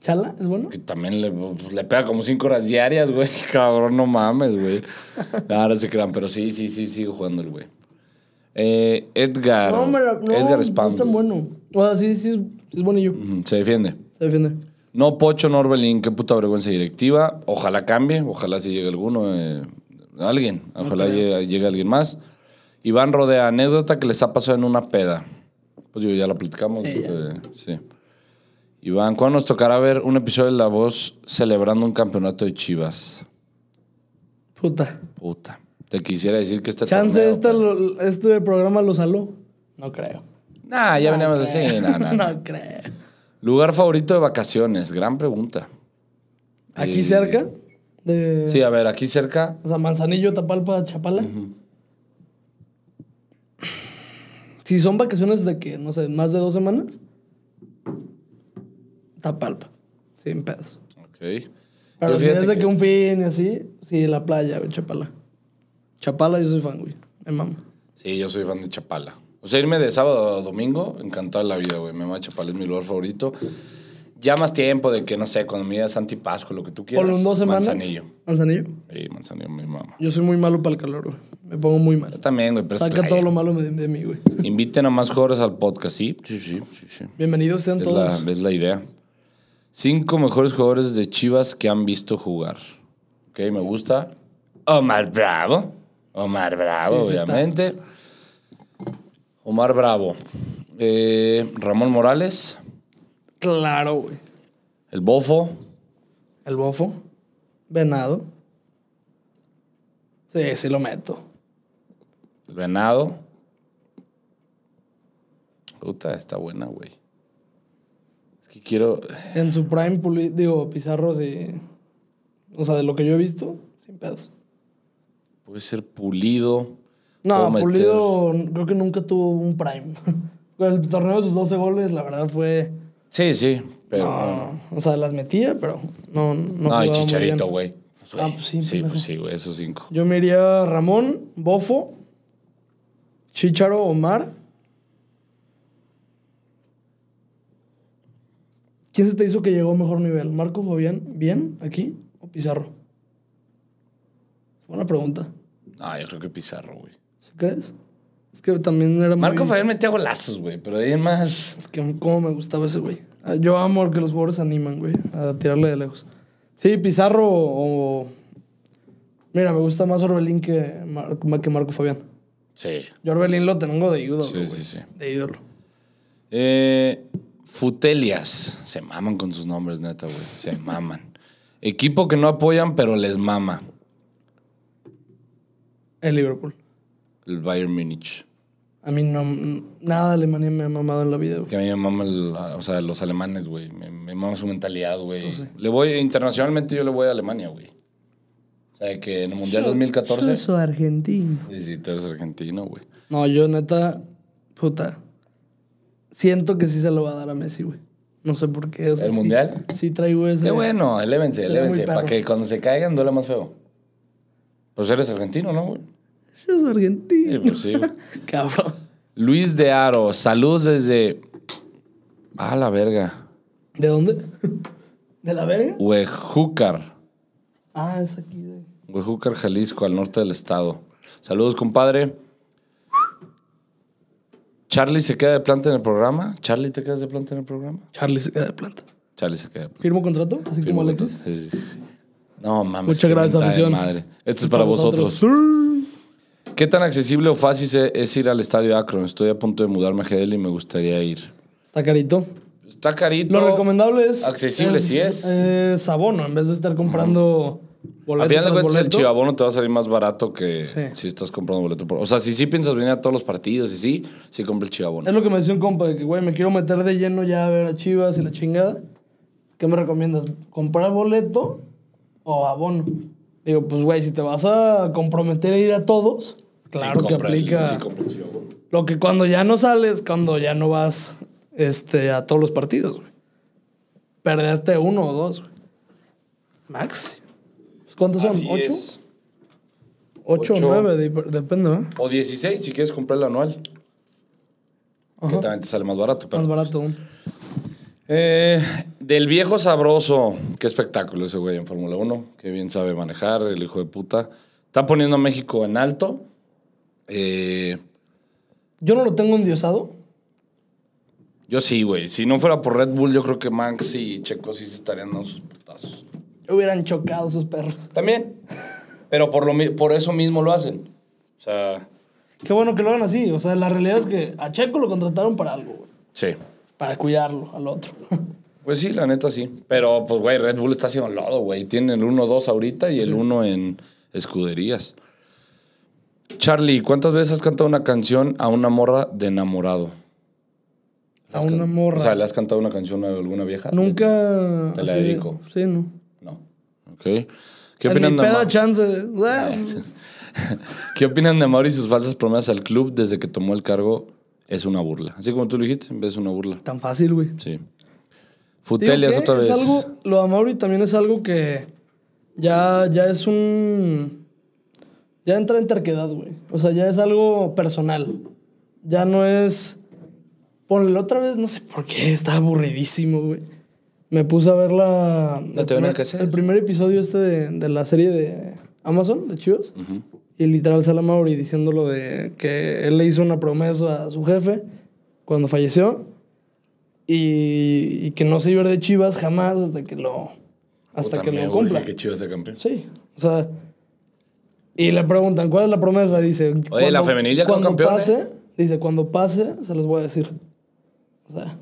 A: ¿Chala? ¿Es bueno?
B: Que también le, pues, le pega como cinco horas diarias, güey. Cabrón, no mames, güey. Ahora se crean, pero sí, sí, sí, sigo jugando el güey. Eh, Edgar.
A: No, me la, no, no
B: Edgar
A: es
B: Spams.
A: tan bueno. O sea, sí, sí, es, es bonillo.
B: Ujú, Se defiende.
A: Se defiende.
B: No, Pocho Norbelín, qué puta vergüenza directiva. Ojalá cambie, ojalá si llegue alguno, eh, alguien, ojalá llegue, llegue alguien más. Iván Rodea, anécdota que les ha pasado en una peda. Pues digo, ya la platicamos. eh, sí. Iván, ¿cuándo nos tocará ver un episodio de La Voz celebrando un campeonato de Chivas?
A: Puta.
B: Puta. Te quisiera decir que este
A: Chance
B: torneo-
A: esta lo- este programa lo saló. No creo.
B: Nah, ya veníamos así. nah, nah, nah.
A: Pues no creo.
B: Lugar favorito de vacaciones, gran pregunta.
A: Aquí cerca de.
B: Sí, a ver, aquí cerca.
A: O sea, Manzanillo, Tapalpa, Chapala. Si son vacaciones de que, no sé, más de dos semanas, Tapalpa. Sin pedos.
B: Ok.
A: Pero
B: Yo
A: si
B: fíjate
A: es de
B: que-
A: que... un fin y así, sí, la playa, güey, Chapala. Chapala, yo soy fan, güey. Me mama.
B: Sí, yo soy fan de Chapala. O sea, irme de sábado a domingo, encantado de la vida, güey. Me mama Chapala, es mi lugar favorito. Ya más tiempo de que, no sé, cuando me digas Santi Pasco, lo que tú quieras.
A: Por las dos semanas.
B: Manzanillo.
A: Manzanillo.
B: Sí, Manzanillo, mi mamá.
A: Yo soy muy malo para el calor, güey. Me pongo muy
B: Yo
A: mal.
B: también, güey, pero es
A: Saca
B: playa.
A: todo lo malo de, de mí, güey.
B: Inviten a más jugadores al podcast, ¿sí? Sí, sí, sí, sí.
A: Bienvenidos sean
B: Es la,
A: todos.
B: es la idea. Cinco mejores jugadores de Chivas que han visto jugar. Ok, me gusta. Omar Bravo. Omar Bravo,
A: Sí, sí está.
B: obviamente. Omar Bravo. Eh, Ramón Morales.
A: Claro, güey.
B: El Bofo.
A: El bofo. Venado. Sí, sí lo meto.
B: El Venado. Puta, está buena, güey. Es que quiero.
A: En su prime, Puli- digo, Pizarro, sí. O sea, de lo que yo he visto, sin pedos.
B: Puede ser pulido.
A: No,
B: Puedo meter-
A: Pulido creo que nunca tuvo un prime. El torneo de sus 12 goles, la verdad, fue...
B: Sí, sí, pero.
A: no, o sea, las metía, pero no... No,
B: No,
A: jugaba
B: y
A: muy
B: Chicharito,
A: bien.
B: güey.
A: Ah, pues sí,
B: Sí,
A: pendejo.
B: pues sí, güey, esos cinco.
A: Yo me iría a Ramón, Bofo, Chicharo, Omar. ¿Quién se te hizo que llegó a mejor nivel? ¿Marco Fabián bien aquí o Pizarro? Buena pregunta.
B: Ah, yo creo que Pizarro, güey.
A: ¿Sí crees? Es que también era muy-
B: Marco Fabián metía golazos, güey, pero de ahí en más.
A: Es que cómo me gustaba ese güey. Ah, Yo amo que los jugadores se animan, güey, a tirarle de lejos. Sí, Pizarro o... Mira, me gusta más Orbelín que, Mar- que Marco Fabián.
B: Sí.
A: Yo a Orbelín lo tengo de ídolo,
B: Sí,
A: güey.
B: sí, sí.
A: De ídolo.
B: Eh, Futelias. Se maman con sus nombres, neta, güey. Se maman. Equipo que no apoyan, pero les mama.
A: El Liverpool.
B: El Bayern Múnich.
A: A mí no, nada de Alemania me ha mamado en la vida,
B: Es
A: güey.
B: que a mí me mama el- o sea, los alemanes, güey. Me, me mama su mentalidad, güey. Le voy, internacionalmente yo le voy a Alemania, güey. O sea, que en el Mundial 2014.
A: soy argentino.
B: Sí, sí, tú eres argentino, güey.
A: No, yo neta, puta. Siento que sí se lo va a dar a Messi, güey. No sé por qué. o sea,
B: ¿El
A: sí-
B: Mundial?
A: Sí traigo ese.
B: Qué bueno, elévense,
A: Sería muy
B: elévense. Para
A: perro.
B: que cuando se caigan duela más feo. Pues eres argentino, ¿no, güey?
A: Yo soy argentino.
B: Sí, pues sí, güey.
A: Cabrón.
B: Luis de Aro, saludos desde. Ah, la verga.
A: ¿De dónde? ¿De la verga?
B: Huejúcar.
A: Ah, es aquí, güey.
B: Huejúcar, Jalisco, al norte del estado. Saludos, compadre. Charlie se queda de planta en el programa. Charlie, ¿te quedas de planta en el programa?
A: Charlie se queda de planta.
B: Charlie se queda de planta.
A: ¿Firmo contrato? Así como
B: Firmo
A: Alexis.
B: contrato. Sí, sí, sí. No mames.
A: Muchas
B: qué
A: gracias,
B: mentada de
A: afición.
B: Madre. Esto Este es para vosotros. ¿Qué tan accesible o fácil se- es ir al estadio Akron? Estoy a punto de mudarme a GDL y me gustaría ir.
A: Está carito.
B: Está carito.
A: Lo recomendable es.
B: Accesible, sí es.
A: Es abono, en vez de estar comprando boletos.
B: Al final de cuentas, el chivabono te va a salir más barato que
A: Sí.
B: si estás comprando boleto. por- O sea, si sí piensas venir a todos los partidos y sí, sí compra el chivabono.
A: Es lo que me decía un compa, de que, güey, me quiero meter de lleno ya a ver a Chivas y la chingada. ¿Qué me recomiendas? ¿Comprar boleto o abono? Digo, pues, güey, si te vas a comprometer a ir a todos, claro
B: Sí
A: que
B: compra el-
A: aplica.
B: sí compra el chivabono.
A: Lo que cuando ya no sales, cuando ya no vas este, a todos los partidos, güey. Perderte uno o dos, güey. Max. ¿Cuántos son?
B: Así
A: ¿Ocho?
B: es.
A: Ocho o
B: Ocho.
A: nueve, de- depende, ¿eh?
B: O 16, si quieres comprar el anual. Que también te sale más barato. Pero... pues
A: Más barato aún.
B: Eh, del viejo sabroso. Qué espectáculo ese güey en Fórmula 1. Qué bien sabe manejar, el hijo de puta. Está poniendo a México en alto. Eh,
A: Yo no lo tengo endiosado.
B: yo sí, güey. Si no fuera por Red Bull, yo creo que Max y Checo sí se estarían dando sus putazos.
A: Hubieran chocado sus perros.
B: También. Pero por, lo, mi- por eso mismo lo hacen. O sea,
A: Qué bueno que lo hagan así. O sea, la realidad es que a Checo lo contrataron para algo, güey.
B: sí.
A: Para cuidarlo al otro.
B: Pues sí, la neta sí. Pero, pues, güey, Red Bull está haciendo lodo, güey. Tiene el 1-2 ahorita y el 1 en escuderías. Charlie, ¿cuántas veces has cantado una canción a una morra de enamorado?
A: a una morra.
B: O sea, ¿le has cantado una canción a alguna vieja?
A: Nunca.
B: Te la
A: así-
B: dedico.
A: Sí, no.
B: No. Ok. ¿Qué
A: En mi
B: opinan, de
A: peda
B: Ma-
A: chance.
B: ¿Qué opinan de Mauri y sus falsas promesas al club desde que tomó el cargo? Es una burla. Así como tú lo dijiste, es una burla.
A: Tan fácil, güey.
B: Sí.
A: Digo
B: Futelias
A: que
B: otra vez.
A: Es algo, lo de Mauri también es algo que ya, ya es un... Ya entra en terquedad, güey. O sea, ya es algo personal. Ya no es... Ponle otra vez, no sé por qué, estaba aburridísimo, güey. Me puse a ver la... el,
B: tengo nada
A: primer,
B: que hacer.
A: el primer episodio este de, de la serie de Amazon, de Chivas. Y literal sale Mauri diciendo lo de que él le hizo una promesa a su jefe cuando falleció y, y que no se iba a ir de Chivas jamás hasta que lo hasta
B: Puta,
A: que
B: me
A: lo
B: urge
A: cumpla.
B: Que Chivas sea campeón.
A: Sí, o sea, y le preguntan cuál es la promesa, dice,
B: la femenil ya quedó
A: cuando
B: campeona,
A: pase, dice, cuando pase se los voy a decir. O sea,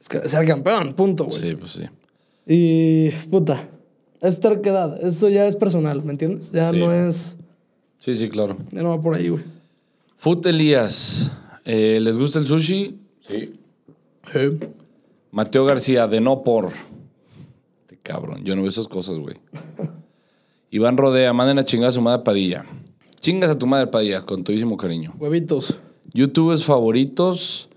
A: es que ser campeón, punto, güey.
B: Sí, pues sí.
A: Y puta, es terquedad, esto ya es personal, ¿me entiendes? Ya
B: Sí.
A: no es
B: Sí, sí, claro.
A: ya no va por ahí, güey.
B: Fut Elías, eh, ¿les gusta el sushi? Sí. Mateo García, de no por. Te cabrón, yo no veo esas cosas, güey. Iván Rodea, manden a chingar a su madre Padilla. Chingas a tu madre Padilla, con todísimo cariño.
A: Huevitos.
B: Youtubers favoritos.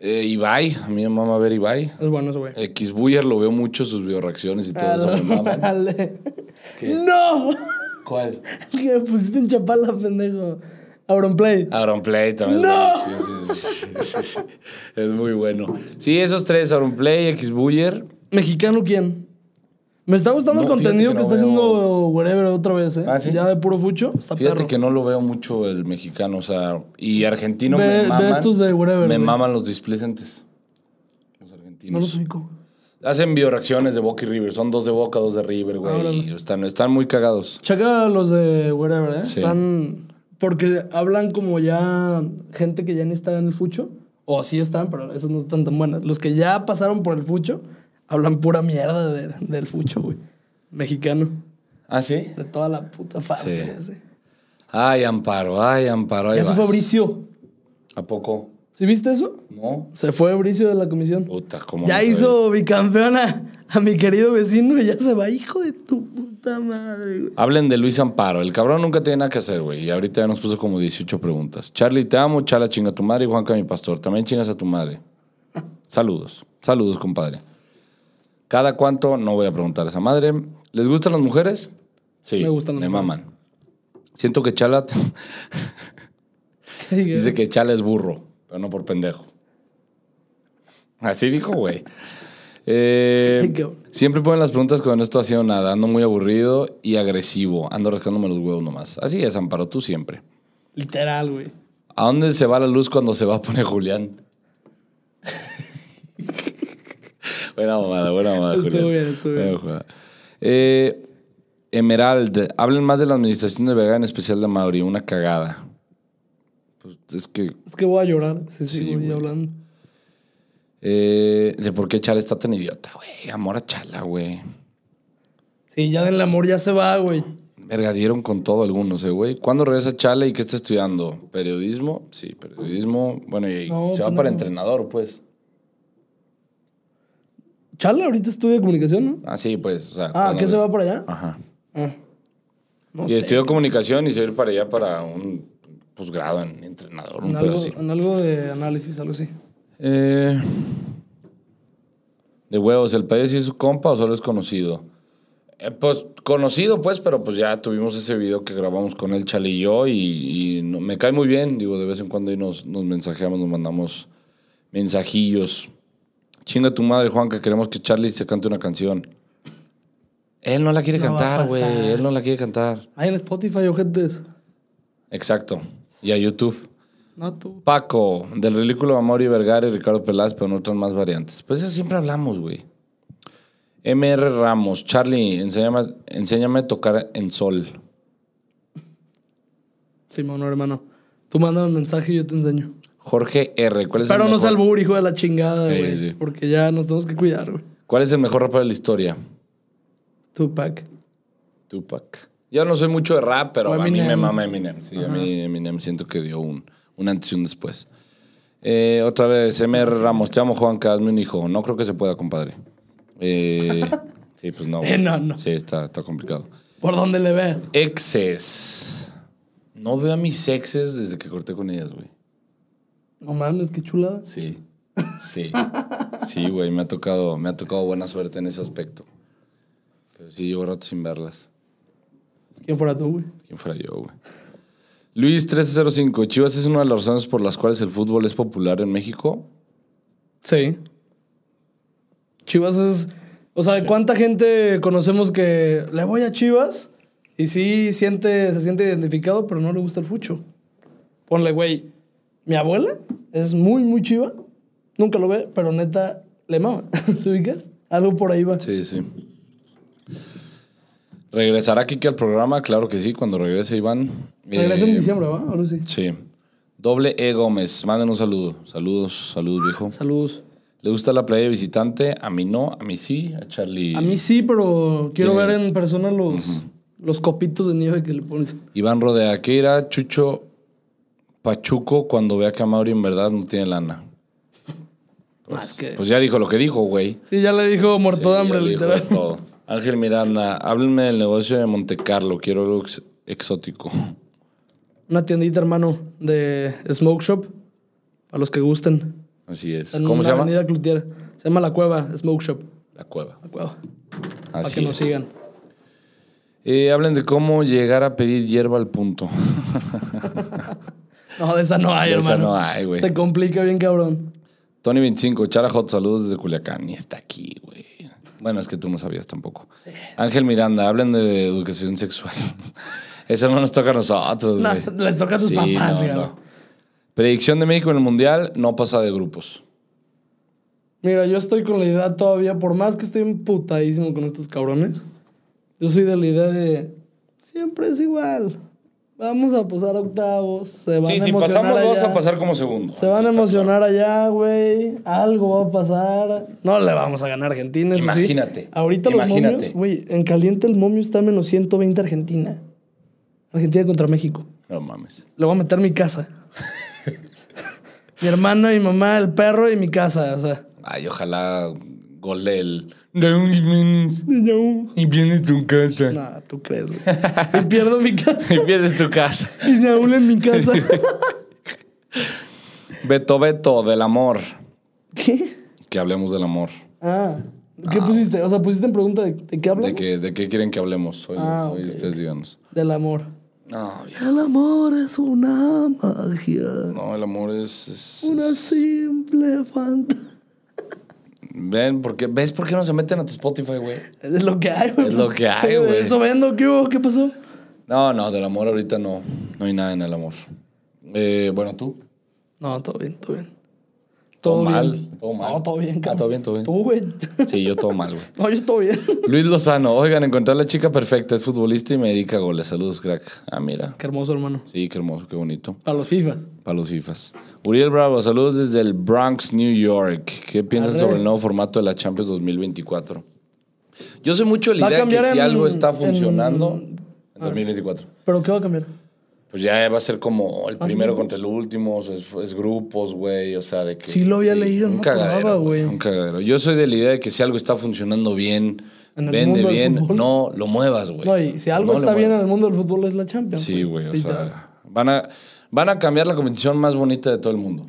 B: eh, Ibai, a mí me mama ver Ibai.
A: Es bueno eso, güey.
B: X Buyer lo veo mucho, sus bioreacciones y
A: Ah,
B: todo eso me maman.
A: Dale.
B: ¿Qué?
A: ¡No!
B: ¿Cuál?
A: Que me pusiste en Chapala, pendejo. Auron Play.
B: Aaron Play también.
A: ¡No!
B: Sí, sí, sí, sí, sí, sí. Es muy bueno. Sí, esos tres, Aaron Play, X Buyer.
A: ¿Mexicano quién? Me está gustando el
B: No,
A: contenido que,
B: fíjate que
A: está
B: no
A: haciendo Wherever otra vez, ¿eh?
B: Ah, ¿sí?
A: Ya de puro fucho. Está
B: Fíjate
A: Ah, perro.
B: que no lo veo mucho el mexicano, o sea, y argentino
A: Ve-
B: me
A: ve
B: maman.
A: estos de wherever,
B: me
A: güey.
B: maman los displicentes. Los
A: No los
B: argentinos.
A: ubico.
B: Hacen bioreacciones de Boca y River, son dos de Boca, dos de River,
A: Ah,
B: güey.
A: órale.
B: y Están, están muy cagados.
A: Checa los de Wherever, ¿eh?
B: Sí.
A: Están. Porque hablan como ya gente que ya ni está en el fucho. O sí están, pero esas no están tan buenas. Los que ya pasaron por el fucho hablan pura mierda de- del fucho, güey. Mexicano.
B: ¿Ah, sí?
A: De toda la puta
B: Sí.
A: fase. Sí.
B: Ay, Amparo, ay, Amparo, ahí
A: Ya se
B: vas.
A: fue Bricio.
B: ¿A poco?
A: ¿Sí viste eso?
B: ¿No?
A: Se fue Bricio de la comisión.
B: Puta, Pues, cómo no
A: ya
B: sabía.
A: hizo bicampeona a mi querido vecino y ya se va, hijo de tu puta madre, güey.
B: Hablen de Luis Amparo. El cabrón nunca tiene nada que hacer, güey. Y ahorita ya nos puso como 18 preguntas. Charlie, te amo. Chala, chinga a tu madre. Y Juanca, mi pastor. También chingas a tu madre. Saludos. Saludos, compadre. Cada cuánto, no voy a preguntar a esa madre. ¿Les gustan las mujeres? Sí.
A: Me gustan las
B: Me
A: mujeres.
B: maman. Siento que Chala...
A: ¿Qué dije?
B: Dice que Chala es burro, pero no por pendejo. Así dijo, güey. Eh,
A: Ay, cabrón.
B: siempre ponen las preguntas cuando no estoy haciendo nada. Ando muy aburrido y agresivo. Ando rascándome los huevos nomás. Así es, Amparo, tú siempre.
A: Literal, güey.
B: ¿A dónde se va la luz cuando se va a poner Julián? buena mamada, buena mamada,
A: Estuvo
B: Julián.
A: bien, estuvo bien.
B: Buena jugada. Eh, Emerald, hablen más de la administración de Vega, en especial de Mauri. Una cagada. Pues, es que
A: Es que voy a llorar si
B: Sí,
A: sigo ahí
B: güey.
A: hablando.
B: Eh, de por qué Chala está tan idiota, güey. Amor a Chala, güey.
A: Sí, ya del amor ya se va, güey.
B: Verga, dieron con todo algunos, eh, güey. ¿Cuándo regresa Chala y qué está estudiando? ¿Periodismo? Sí, periodismo. Bueno, y
A: No,
B: se va
A: pues
B: para
A: no.
B: entrenador, pues.
A: Charla ahorita estudia comunicación, ¿no?
B: Ah, sí, pues. O sea,
A: Ah,
B: cuando-
A: ¿qué se va para allá?
B: Ajá.
A: Ah. No
B: y
A: sé.
B: estudió comunicación y se va a ir para allá para un posgrado en entrenador, un
A: En
B: pedo
A: algo,
B: así.
A: en algo de análisis, algo así.
B: Eh, de huevos, ¿el país sí es su compa o solo es conocido? Eh, pues conocido, pues, pero pues ya tuvimos ese video que grabamos con él, Chale y yo, y, y no- me cae muy bien. Digo, de vez en cuando ahí nos, nos mensajeamos, nos mandamos mensajillos. Chinga tu madre, Juan, que queremos que Charlie se cante una canción. Él no la quiere
A: No va a
B: cantar, güey.
A: pasar.
B: Él no la quiere cantar.
A: Hay en Spotify, ojetes.
B: Exacto. Y a YouTube.
A: No, tú.
B: Paco, del ridículo Amaury Vergara y Ricardo Peláez, pero en otras más variantes. Pues eso siempre hablamos, güey. MR Ramos, Charlie, enséñame, enséñame a tocar en sol.
A: Simón, no, hermano. Tú mándame un mensaje y yo te enseño.
B: Jorge R, ¿cuál es,
A: Espero
B: el
A: no
B: mejor,
A: sea albur, hijo de la chingada,
B: Sí,
A: güey.
B: sí.
A: Porque ya nos tenemos que cuidar, güey.
B: ¿cuál es el mejor rapero de la historia?
A: Tupac.
B: Tupac. Yo no soy mucho de rap, pero
A: O
B: a mí me
A: Eminem.
B: mama Eminem. Sí, a mí Eminem siento que dio un, un antes y un después. Eh, otra vez, MR Ramos, te amo Juanca, hazme un hijo. No creo que se pueda, compadre. Eh, sí, pues no. güey.
A: Eh, no, no.
B: Sí, está, está complicado.
A: Por donde le veas.
B: Exes. No veo a mis exes desde que corté con ellas, güey.
A: No mames, qué chulada.
B: Sí. Sí. Sí, güey, me ha tocado, me ha tocado buena suerte en ese aspecto. Pero sí llevo rato sin verlas.
A: ¿Quién fuera tú, güey?
B: ¿Quién fuera yo, güey? Luis 1305, Chivas es una de las razones por las cuales el fútbol es popular en México.
A: Sí. Chivas es. O sea, ¿cuánta gente conocemos que le voy a Chivas y sí siente, se siente identificado, pero no le gusta el fucho? Ponle, güey. Mi abuela es muy, muy chiva. Nunca lo ve, pero neta le mama. ¿Se ubicas? Algo por ahí va.
B: Sí, sí. ¿Regresará Kike al programa? Claro que sí, cuando regrese Iván.
A: Regresa en
B: Eh,
A: diciembre, ¿va? Ahora sí.
B: Sí. Doble E Gómez, manden un saludo. Saludos, saludos, viejo.
A: Saludos.
B: ¿Le gusta la playa de visitante? A mí no, a mí sí, a Charlie.
A: A mí sí, pero quiero
B: Tiene-
A: ver en persona los, los copitos de nieve que le pones.
B: Iván Rodea, ¿qué irá Chucho Pachuco cuando vea que Amaury en verdad no tiene lana?
A: Ah, es que-
B: Pues ya dijo lo que dijo, güey.
A: Sí, ya le dijo muerto
B: Sí,
A: de hambre,
B: ya dijo de
A: literal.
B: todo. Ángel Miranda, háblenme del negocio de Monte Carlo, quiero algo ex- exótico.
A: Una tiendita, hermano, de Smoke Shop. Para los que gusten.
B: Así es.
A: Está en
B: ¿Cómo se
A: la
B: llama?
A: Avenida Cloutier. Se llama La Cueva, Smoke Shop.
B: La cueva.
A: La Cueva. para
B: Así
A: que nos
B: es.
A: sigan.
B: Eh, hablen de cómo llegar a pedir hierba al punto.
A: No, de esa no hay,
B: De esa
A: hermano.
B: no hay, güey.
A: Te complica bien, cabrón.
B: Tony25, Chara Hot, saludos desde Culiacán. Y está aquí, güey. Bueno, es que tú no sabías tampoco. Ángel Miranda, hablen de educación sexual. Eso no nos toca a nosotros,
A: No,
B: Pues, güey.
A: les toca a tus papás,
B: no,
A: cabrón.
B: no. Predicción de México en el Mundial, no pasa de grupos.
A: Mira, yo estoy con la idea todavía, por más que estoy emputadísimo con estos cabrones, yo soy de la idea de siempre es igual. Vamos a pasar a octavos. Se van
B: Sí,
A: a
B: si
A: emocionar
B: pasamos vamos
A: allá.
B: a pasar como segundo.
A: Se van a
B: Eso está
A: emocionar allá, güey. Algo va a pasar. No le vamos a ganar a Argentina. eso sí.
B: Imagínate,
A: Ahorita
B: imagínate.
A: los momios, güey, en caliente el momio está a menos 120 Argentina. Argentina contra México.
B: claro. No mames.
A: Le voy a meter mi casa. mi hermana, mi mamá, el perro y mi casa. O sea.
B: Ay, ojalá gol del... De un Jiménez, Y viene tu casa.
A: No, tú crees, güey. Y pierdo mi casa.
B: Y pierdes tu casa.
A: Y Saúl en mi casa.
B: Beto Beto, del amor.
A: ¿Qué?
B: Que hablemos del amor.
A: Ah. ¿Qué pusiste? O sea, pusiste en pregunta de, de qué hablas.
B: ¿De qué, ¿De qué quieren que hablemos? Hoy,
A: Ah,
B: hoy
A: ok,
B: ustedes díganos.
A: Del amor.
B: No, viejo.
A: El amor es una magia.
B: No, el amor es. es-
A: Una
B: es-
A: simple fantasía.
B: Ven, por qué- ¿Ves por qué no se meten a tu Spotify, güey?
A: Es lo que hay, güey.
B: Es lo que hay, güey.
A: Eso vendo, ¿qué hubo? ¿Qué pasó?
B: No, no, del amor ahorita no. No hay nada en el amor. Eh, bueno, tú.
A: No, todo bien, todo bien.
B: Todo mal,
A: bien.
B: todo mal.
A: No, todo bien,
B: Ah, todo bien, todo bien.
A: Tú, güey.
B: Sí, yo todo mal, güey.
A: No, yo todo bien.
B: Luis Lozano, oigan, encontré a la chica perfecta, es futbolista y me dedica a goles. Saludos, crack. Ah, mira.
A: Qué hermoso, hermano.
B: Sí, qué hermoso, qué bonito.
A: Para los FIFA.
B: Para los FIFAs. Uriel Bravo, saludos desde el Bronx, New York. ¿Qué piensas
A: Arre.
B: sobre el nuevo formato de la Champions 2024? Yo sé mucho de la
A: Va a
B: idea que
A: cambiar
B: si
A: en-
B: algo está
A: en- Ah.
B: funcionando en, 2024.
A: ¿Pero qué va a cambiar?
B: Pues ya va a ser como el primero contra el último, o sea, es, es grupos, güey, o sea, de que...
A: Sí lo había leído, no me acordaba, güey.
B: Un cagadero. Yo soy de la idea de que si algo está funcionando bien,
A: En el
B: vende
A: mundo del
B: bien,
A: fútbol.
B: no lo muevas, güey.
A: No, y si algo
B: No lo
A: está bien en
B: muevas.
A: el mundo del fútbol es la Champions.
B: Sí, güey, o
A: Literal.
B: sea, van a, van a cambiar la competición más bonita de todo el mundo.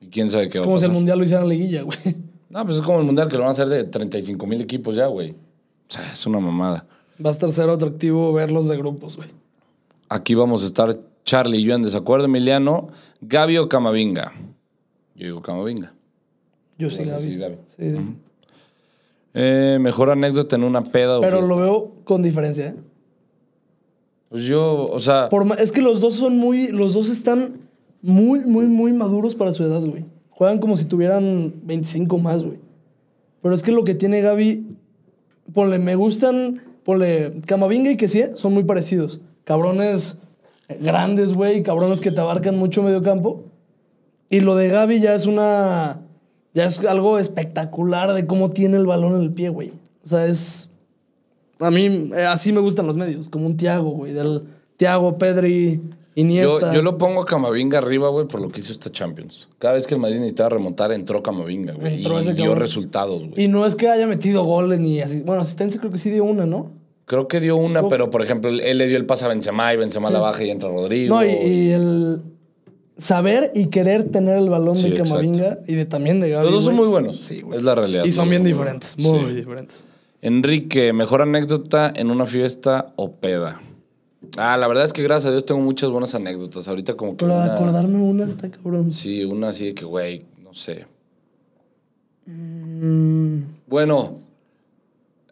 B: Y quién sabe qué
A: Es
B: va
A: como
B: a
A: si el
B: pasar.
A: mundial lo hicieran liguilla, güey.
B: No, pues es como el Mundial, que lo van a hacer de 35 mil equipos ya, güey. O sea, es una mamada.
A: Va a estar cero atractivo verlos de grupos, güey.
B: Aquí vamos a estar Charlie y yo en desacuerdo, Emiliano. Gaby o Camavinga. Yo digo Camavinga.
A: Yo sí,
B: Vas a
A: Gaby.
B: decir Pues Gaby.
A: Sí, sí.
B: Eh, mejor anécdota en una peda. o
A: Pero
B: fiesta.
A: lo veo con diferencia, ¿eh?
B: Pues yo, o sea,
A: Por ma- es que los dos son muy. Los dos están muy, muy, muy maduros para su edad, güey. Juegan como si tuvieran 25 más, güey. Pero es que lo que tiene Gaby. Ponle, me gustan. Ponle, Camavinga y Kessie eh, son muy parecidos. Cabrones grandes, güey. Cabrones que te abarcan mucho medio campo. Y lo de Gaby ya es una. Ya es algo espectacular de cómo tiene el balón en el pie, güey. O sea, es. A mí, eh, así me gustan los medios, como un Tiago, güey. Del Tiago, Pedri,
B: yo,
A: Iniesta.
B: yo lo pongo a Camavinga arriba, güey, por lo que hizo esta Champions. Cada vez que el Madrid necesitaba remontar, entró Camavinga, güey. Y
A: Entró ese
B: dio
A: cabrón.
B: resultados, güey.
A: Y no es que haya metido goles ni así. Bueno, asistencia creo que sí dio una, ¿no?
B: Creo que dio una, pero por ejemplo, él, él le dio el pase a Benzema y Benzema la baja y entra Rodrigo.
A: Mm. No, y, y el saber y querer tener el balón de
B: Sí, exacto.
A: Camavinga y de también de Gaby.
B: Los dos son
A: güey.
B: muy buenos.
A: Sí, güey.
B: es la realidad.
A: Y son
B: Los
A: bien
B: dos
A: diferentes,
B: buenos.
A: muy
B: Sí.
A: diferentes.
B: Enrique, mejor anécdota en una fiesta o peda. Ah, la verdad es que gracias a Dios tengo muchas buenas anécdotas. Ahorita como que
A: Pero de
B: una,
A: acordarme una está cabrón.
B: Sí, una así de que, güey, no sé.
A: Mm,
B: Bueno,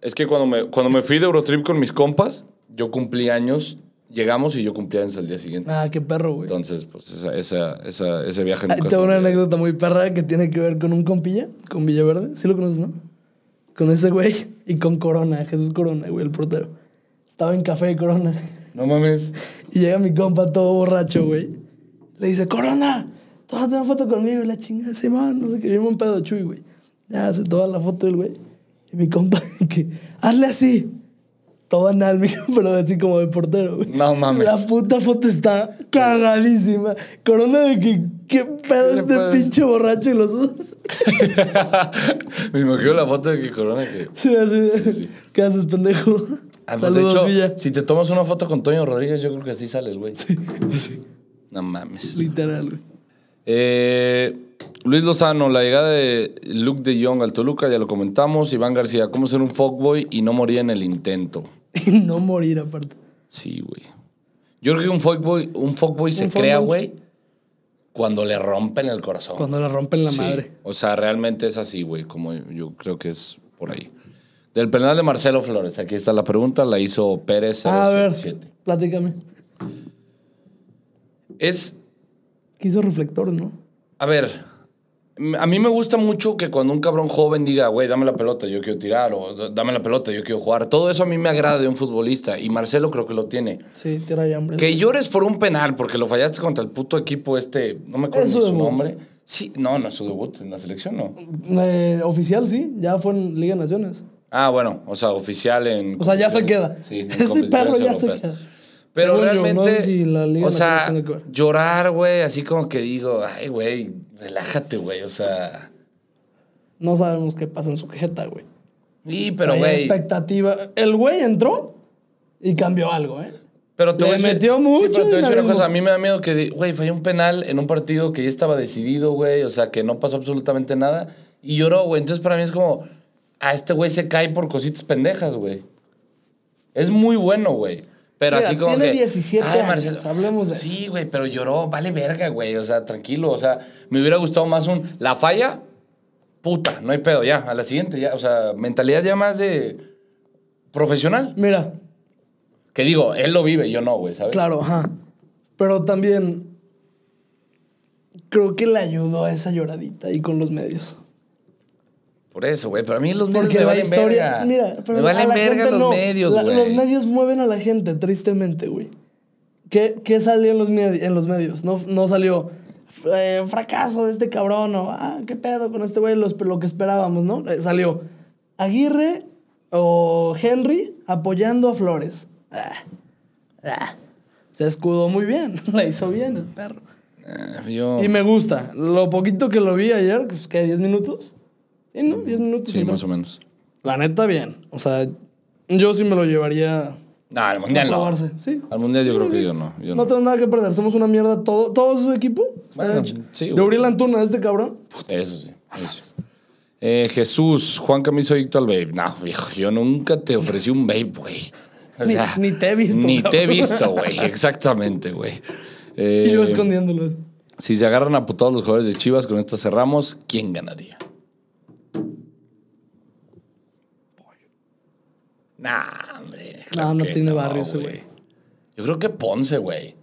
B: es que cuando me, cuando me fui de Eurotrip con mis compas, yo cumplí años, llegamos y yo cumplí años al día siguiente.
A: ah, qué perro, güey.
B: Entonces, pues esa, esa, esa- ese viaje
A: Ah,
B: nunca se
A: Tengo una
B: olvida.
A: anécdota muy perra que tiene que ver con un compilla, con Villaverde. ¿Sí lo conoces, no? Con ese güey y con Corona, Jesús Corona, güey, el portero. Estaba en café de Corona
B: No mames.
A: y llega mi compa todo borracho, güey. Le dice, Corona, toma una foto conmigo. Y la chingada, Simón, no sé qué, yo me un pedo chuy, güey. Ya se toma la foto el güey. Y mi compa, que, hazle así. Todo anal, mijo, pero así como de portero, güey.
B: No mames.
A: La puta foto está cagadísima. Corona de que, qué pedo
B: ¿Qué le
A: este
B: puedes-
A: pinche borracho y los dos.
B: me imagino la foto de que Corona que...
A: Sí, así. ¿Qué haces, pendejo?
B: Ah, pues, de
A: Saludos,
B: hecho,
A: Villa.
B: si te tomas una foto con Toño Rodríguez, yo creo que así sale el güey.
A: Sí, pues sí,
B: No mames.
A: literal, güey.
B: Eh, Luis Lozano, la llegada de Luke de Jong al Toluca, ya lo comentamos. Iván García, cómo ser un fuckboy y no morir en el intento.
A: Y no morir, aparte.
B: Sí, güey. Yo creo que un fuckboy, un fuckboy se
A: Un
B: crea,
A: fuckboy.
B: güey, cuando le rompen el corazón.
A: Cuando le rompen la
B: Sí.
A: madre.
B: O sea, realmente es así, güey, como yo creo que es por ahí. Del penal de Marcelo Flores, aquí está la pregunta, la hizo Pérez
A: A ver,
B: 077.
A: platícame.
B: Es
A: Quiso reflector, ¿no?
B: A ver, m- a mí me gusta mucho que cuando un cabrón joven diga, güey, dame la pelota, yo quiero tirar, o "D- dame la pelota, yo quiero jugar. Todo eso a mí me agrada de un futbolista y Marcelo creo que lo tiene.
A: Sí, tierra y hambre.
B: Que llores por un penal porque lo fallaste contra el puto equipo este, no me
A: Es
B: acuerdo ni
A: su
B: su
A: debut.
B: nombre. Sí, no, no es su debut en la selección, no.
A: Eh, oficial, sí. Ya fue en Liga de Naciones.
B: Ah, bueno, o sea, oficial en.
A: O sea, ya se queda.
B: Sí, en
A: Ese
B: competiciones
A: perro ya se
B: europeas.
A: queda.
B: Pero
A: Según yo,
B: realmente,
A: no sé si la Liga
B: o sea,
A: Nacional tenga que ver.
B: llorar, güey, así como que digo, ay, güey, relájate, güey, o sea.
A: No sabemos qué pasa en su jeta, güey.
B: Y, pero,
A: Traía
B: güey.
A: expectativa. El güey entró y cambió algo, ¿eh?
B: Pero te
A: Le
B: voy a decir-
A: metió
B: sí,
A: mucho
B: pero te voy a decir una
A: dinamismo.
B: cosa. A mí me da miedo que, di- güey, falló un penal en un partido que ya estaba decidido, güey. O sea, que no pasó absolutamente nada. Y lloró, güey. Entonces, para mí es como, a este güey se cae por cositas pendejas, güey. Es muy bueno, güey. Pero
A: Mira,
B: así como
A: tiene
B: que...
A: 17
B: "Ay,
A: años, hablemos de
B: Sí, güey, pero lloró. Vale verga, güey. O sea, tranquilo. O sea, me hubiera gustado más un... La falla, puta, no hay pedo. Ya, a la siguiente, ya. O sea, mentalidad ya más de... Profesional.
A: Mira,
B: Que digo, él lo vive, yo no, güey, ¿sabes?
A: claro, ajá. Pero también creo que le ayudó a esa lloradita ahí con los medios.
B: Por eso, güey. Pero a mí los medios
A: Porque
B: me
A: la
B: valen
A: historia.
B: verga.
A: Mira, pero
B: me
A: a
B: valen
A: la
B: verga
A: gente
B: los
A: no.
B: medios,
A: La-
B: güey.
A: los medios mueven a la gente, tristemente, güey. ¿Qué, qué salió en los, medi- en los medios? No, no salió eh, fracaso de este cabrón o ah, qué pedo con este güey, los- lo que esperábamos, ¿no? Eh, salió Aguirre o Henry apoyando a Flores. Ah, ah. Se escudó muy bien, la hizo bien el perro.
B: Ah, yo...
A: Y me gusta. Lo poquito que lo vi ayer, pues que 10 minutos. Y no, 10 minutos.
B: Sí,
A: entró.
B: más o menos.
A: La neta, bien. O sea, yo sí me lo llevaría
B: No, al mundial
A: a
B: no.
A: probarse. Sí.
B: Al mundial yo creo que yo no. Yo
A: No,
B: no.
A: tenemos nada que perder. Somos una mierda todo, todo su equipo. Está
B: Bueno,
A: hecho.
B: sí,
A: de
B: güey.
A: Uriel Antuna, este cabrón.
B: Eso sí. Eso. Eh, Jesús, Juan Camiso adicto al vape. No, viejo, yo nunca te ofrecí un vape, güey. O
A: Ni-
B: sea,
A: ni te he visto,
B: Ni
A: cabrón.
B: te he visto, güey. Exactamente, güey. Eh,
A: Y yo escondiéndolo.
B: Si se agarran a putados los jugadores de Chivas, con esta cerramos, ¿quién ganaría? Nah, hombre. claro
A: no
B: que
A: tiene barrio ese güey.
B: Yo creo que Ponce, güey.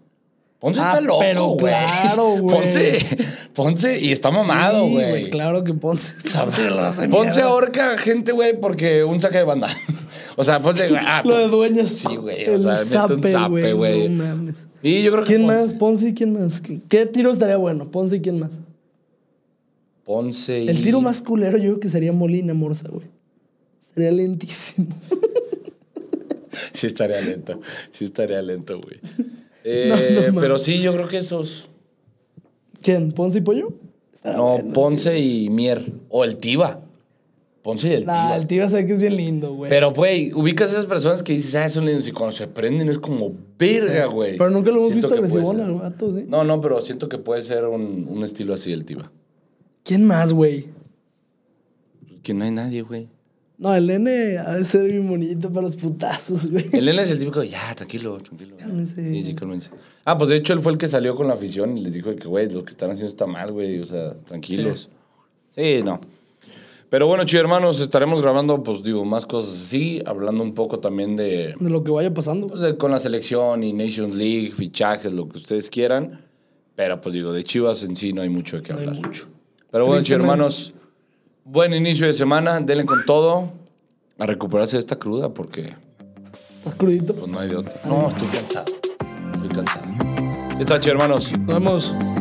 B: Ponce
A: Ah,
B: está loco,
A: pero
B: güey.
A: claro, güey.
B: Ponce, Ponce, y está mamado,
A: Sí,
B: güey.
A: Claro que Ponce. Ponce lo hace
B: Ponce
A: mierda.
B: ahorca gente, güey, porque un saque de banda. o sea, Ponce, güey. ah,
A: Lo de dueñas.
B: Sí, güey, o
A: El
B: sea, mete un zape, güey.
A: No mames.
B: Y yo creo que
A: ¿Quién
B: Ponce.
A: más? Ponce y quién más. ¿Qué- ¿Qué tiro estaría bueno? Ponce y quién más.
B: Ponce y...
A: El tiro más culero yo creo que sería Molina Morsa, güey. Sería lentísimo.
B: Sí estaría lento, sí estaría lento, güey. Eh,
A: no mames.
B: pero sí, yo creo que esos...
A: ¿Quién? ¿Ponce y Pollo? Estaría
B: No,
A: bueno.
B: Ponce y Mier. O el Tiva. Ponce y el
A: Nah,
B: Tiva.
A: el tío sabe que es bien lindo, güey.
B: Pero, güey, ubicas a esas personas que dices, ah, son lindos. Y cuando se prenden es como verga, güey.
A: Pero nunca lo hemos
B: Siento
A: visto
B: que puede
A: agresivón
B: ser.
A: al vato, ¿sí?
B: No, no, pero siento que puede ser un, un estilo así el Tiva.
A: ¿Quién más, güey?
B: Que no hay nadie, güey.
A: No, el nene ha de ser bien bonito para los putazos, güey.
B: El N es el típico, ya, tranquilo, tranquilo.
A: Cálmense.
B: Sí, sí, cálmense. Ah, pues de hecho él fue el que salió con la afición y les dijo que, güey, lo que están haciendo está mal, güey, o sea, tranquilos. Sí, no. Pero bueno, chido hermanos, estaremos grabando, pues digo, más cosas así, hablando un poco también de,
A: De lo que vaya pasando.
B: pues, de- con la selección y Nations League, fichajes, lo que ustedes quieran. Pero pues digo, de Chivas en sí no hay mucho de qué
A: No hay
B: hablar.
A: mucho.
B: Pero bueno, chido
A: Tristemente.
B: hermanos, buen inicio de semana, denle con todo a recuperarse de esta cruda porque...
A: Estás crudito.
B: Pues no hay de otra. No, estoy cansado. Estoy cansado. Ya está, che, hermanos.
A: Nos vemos.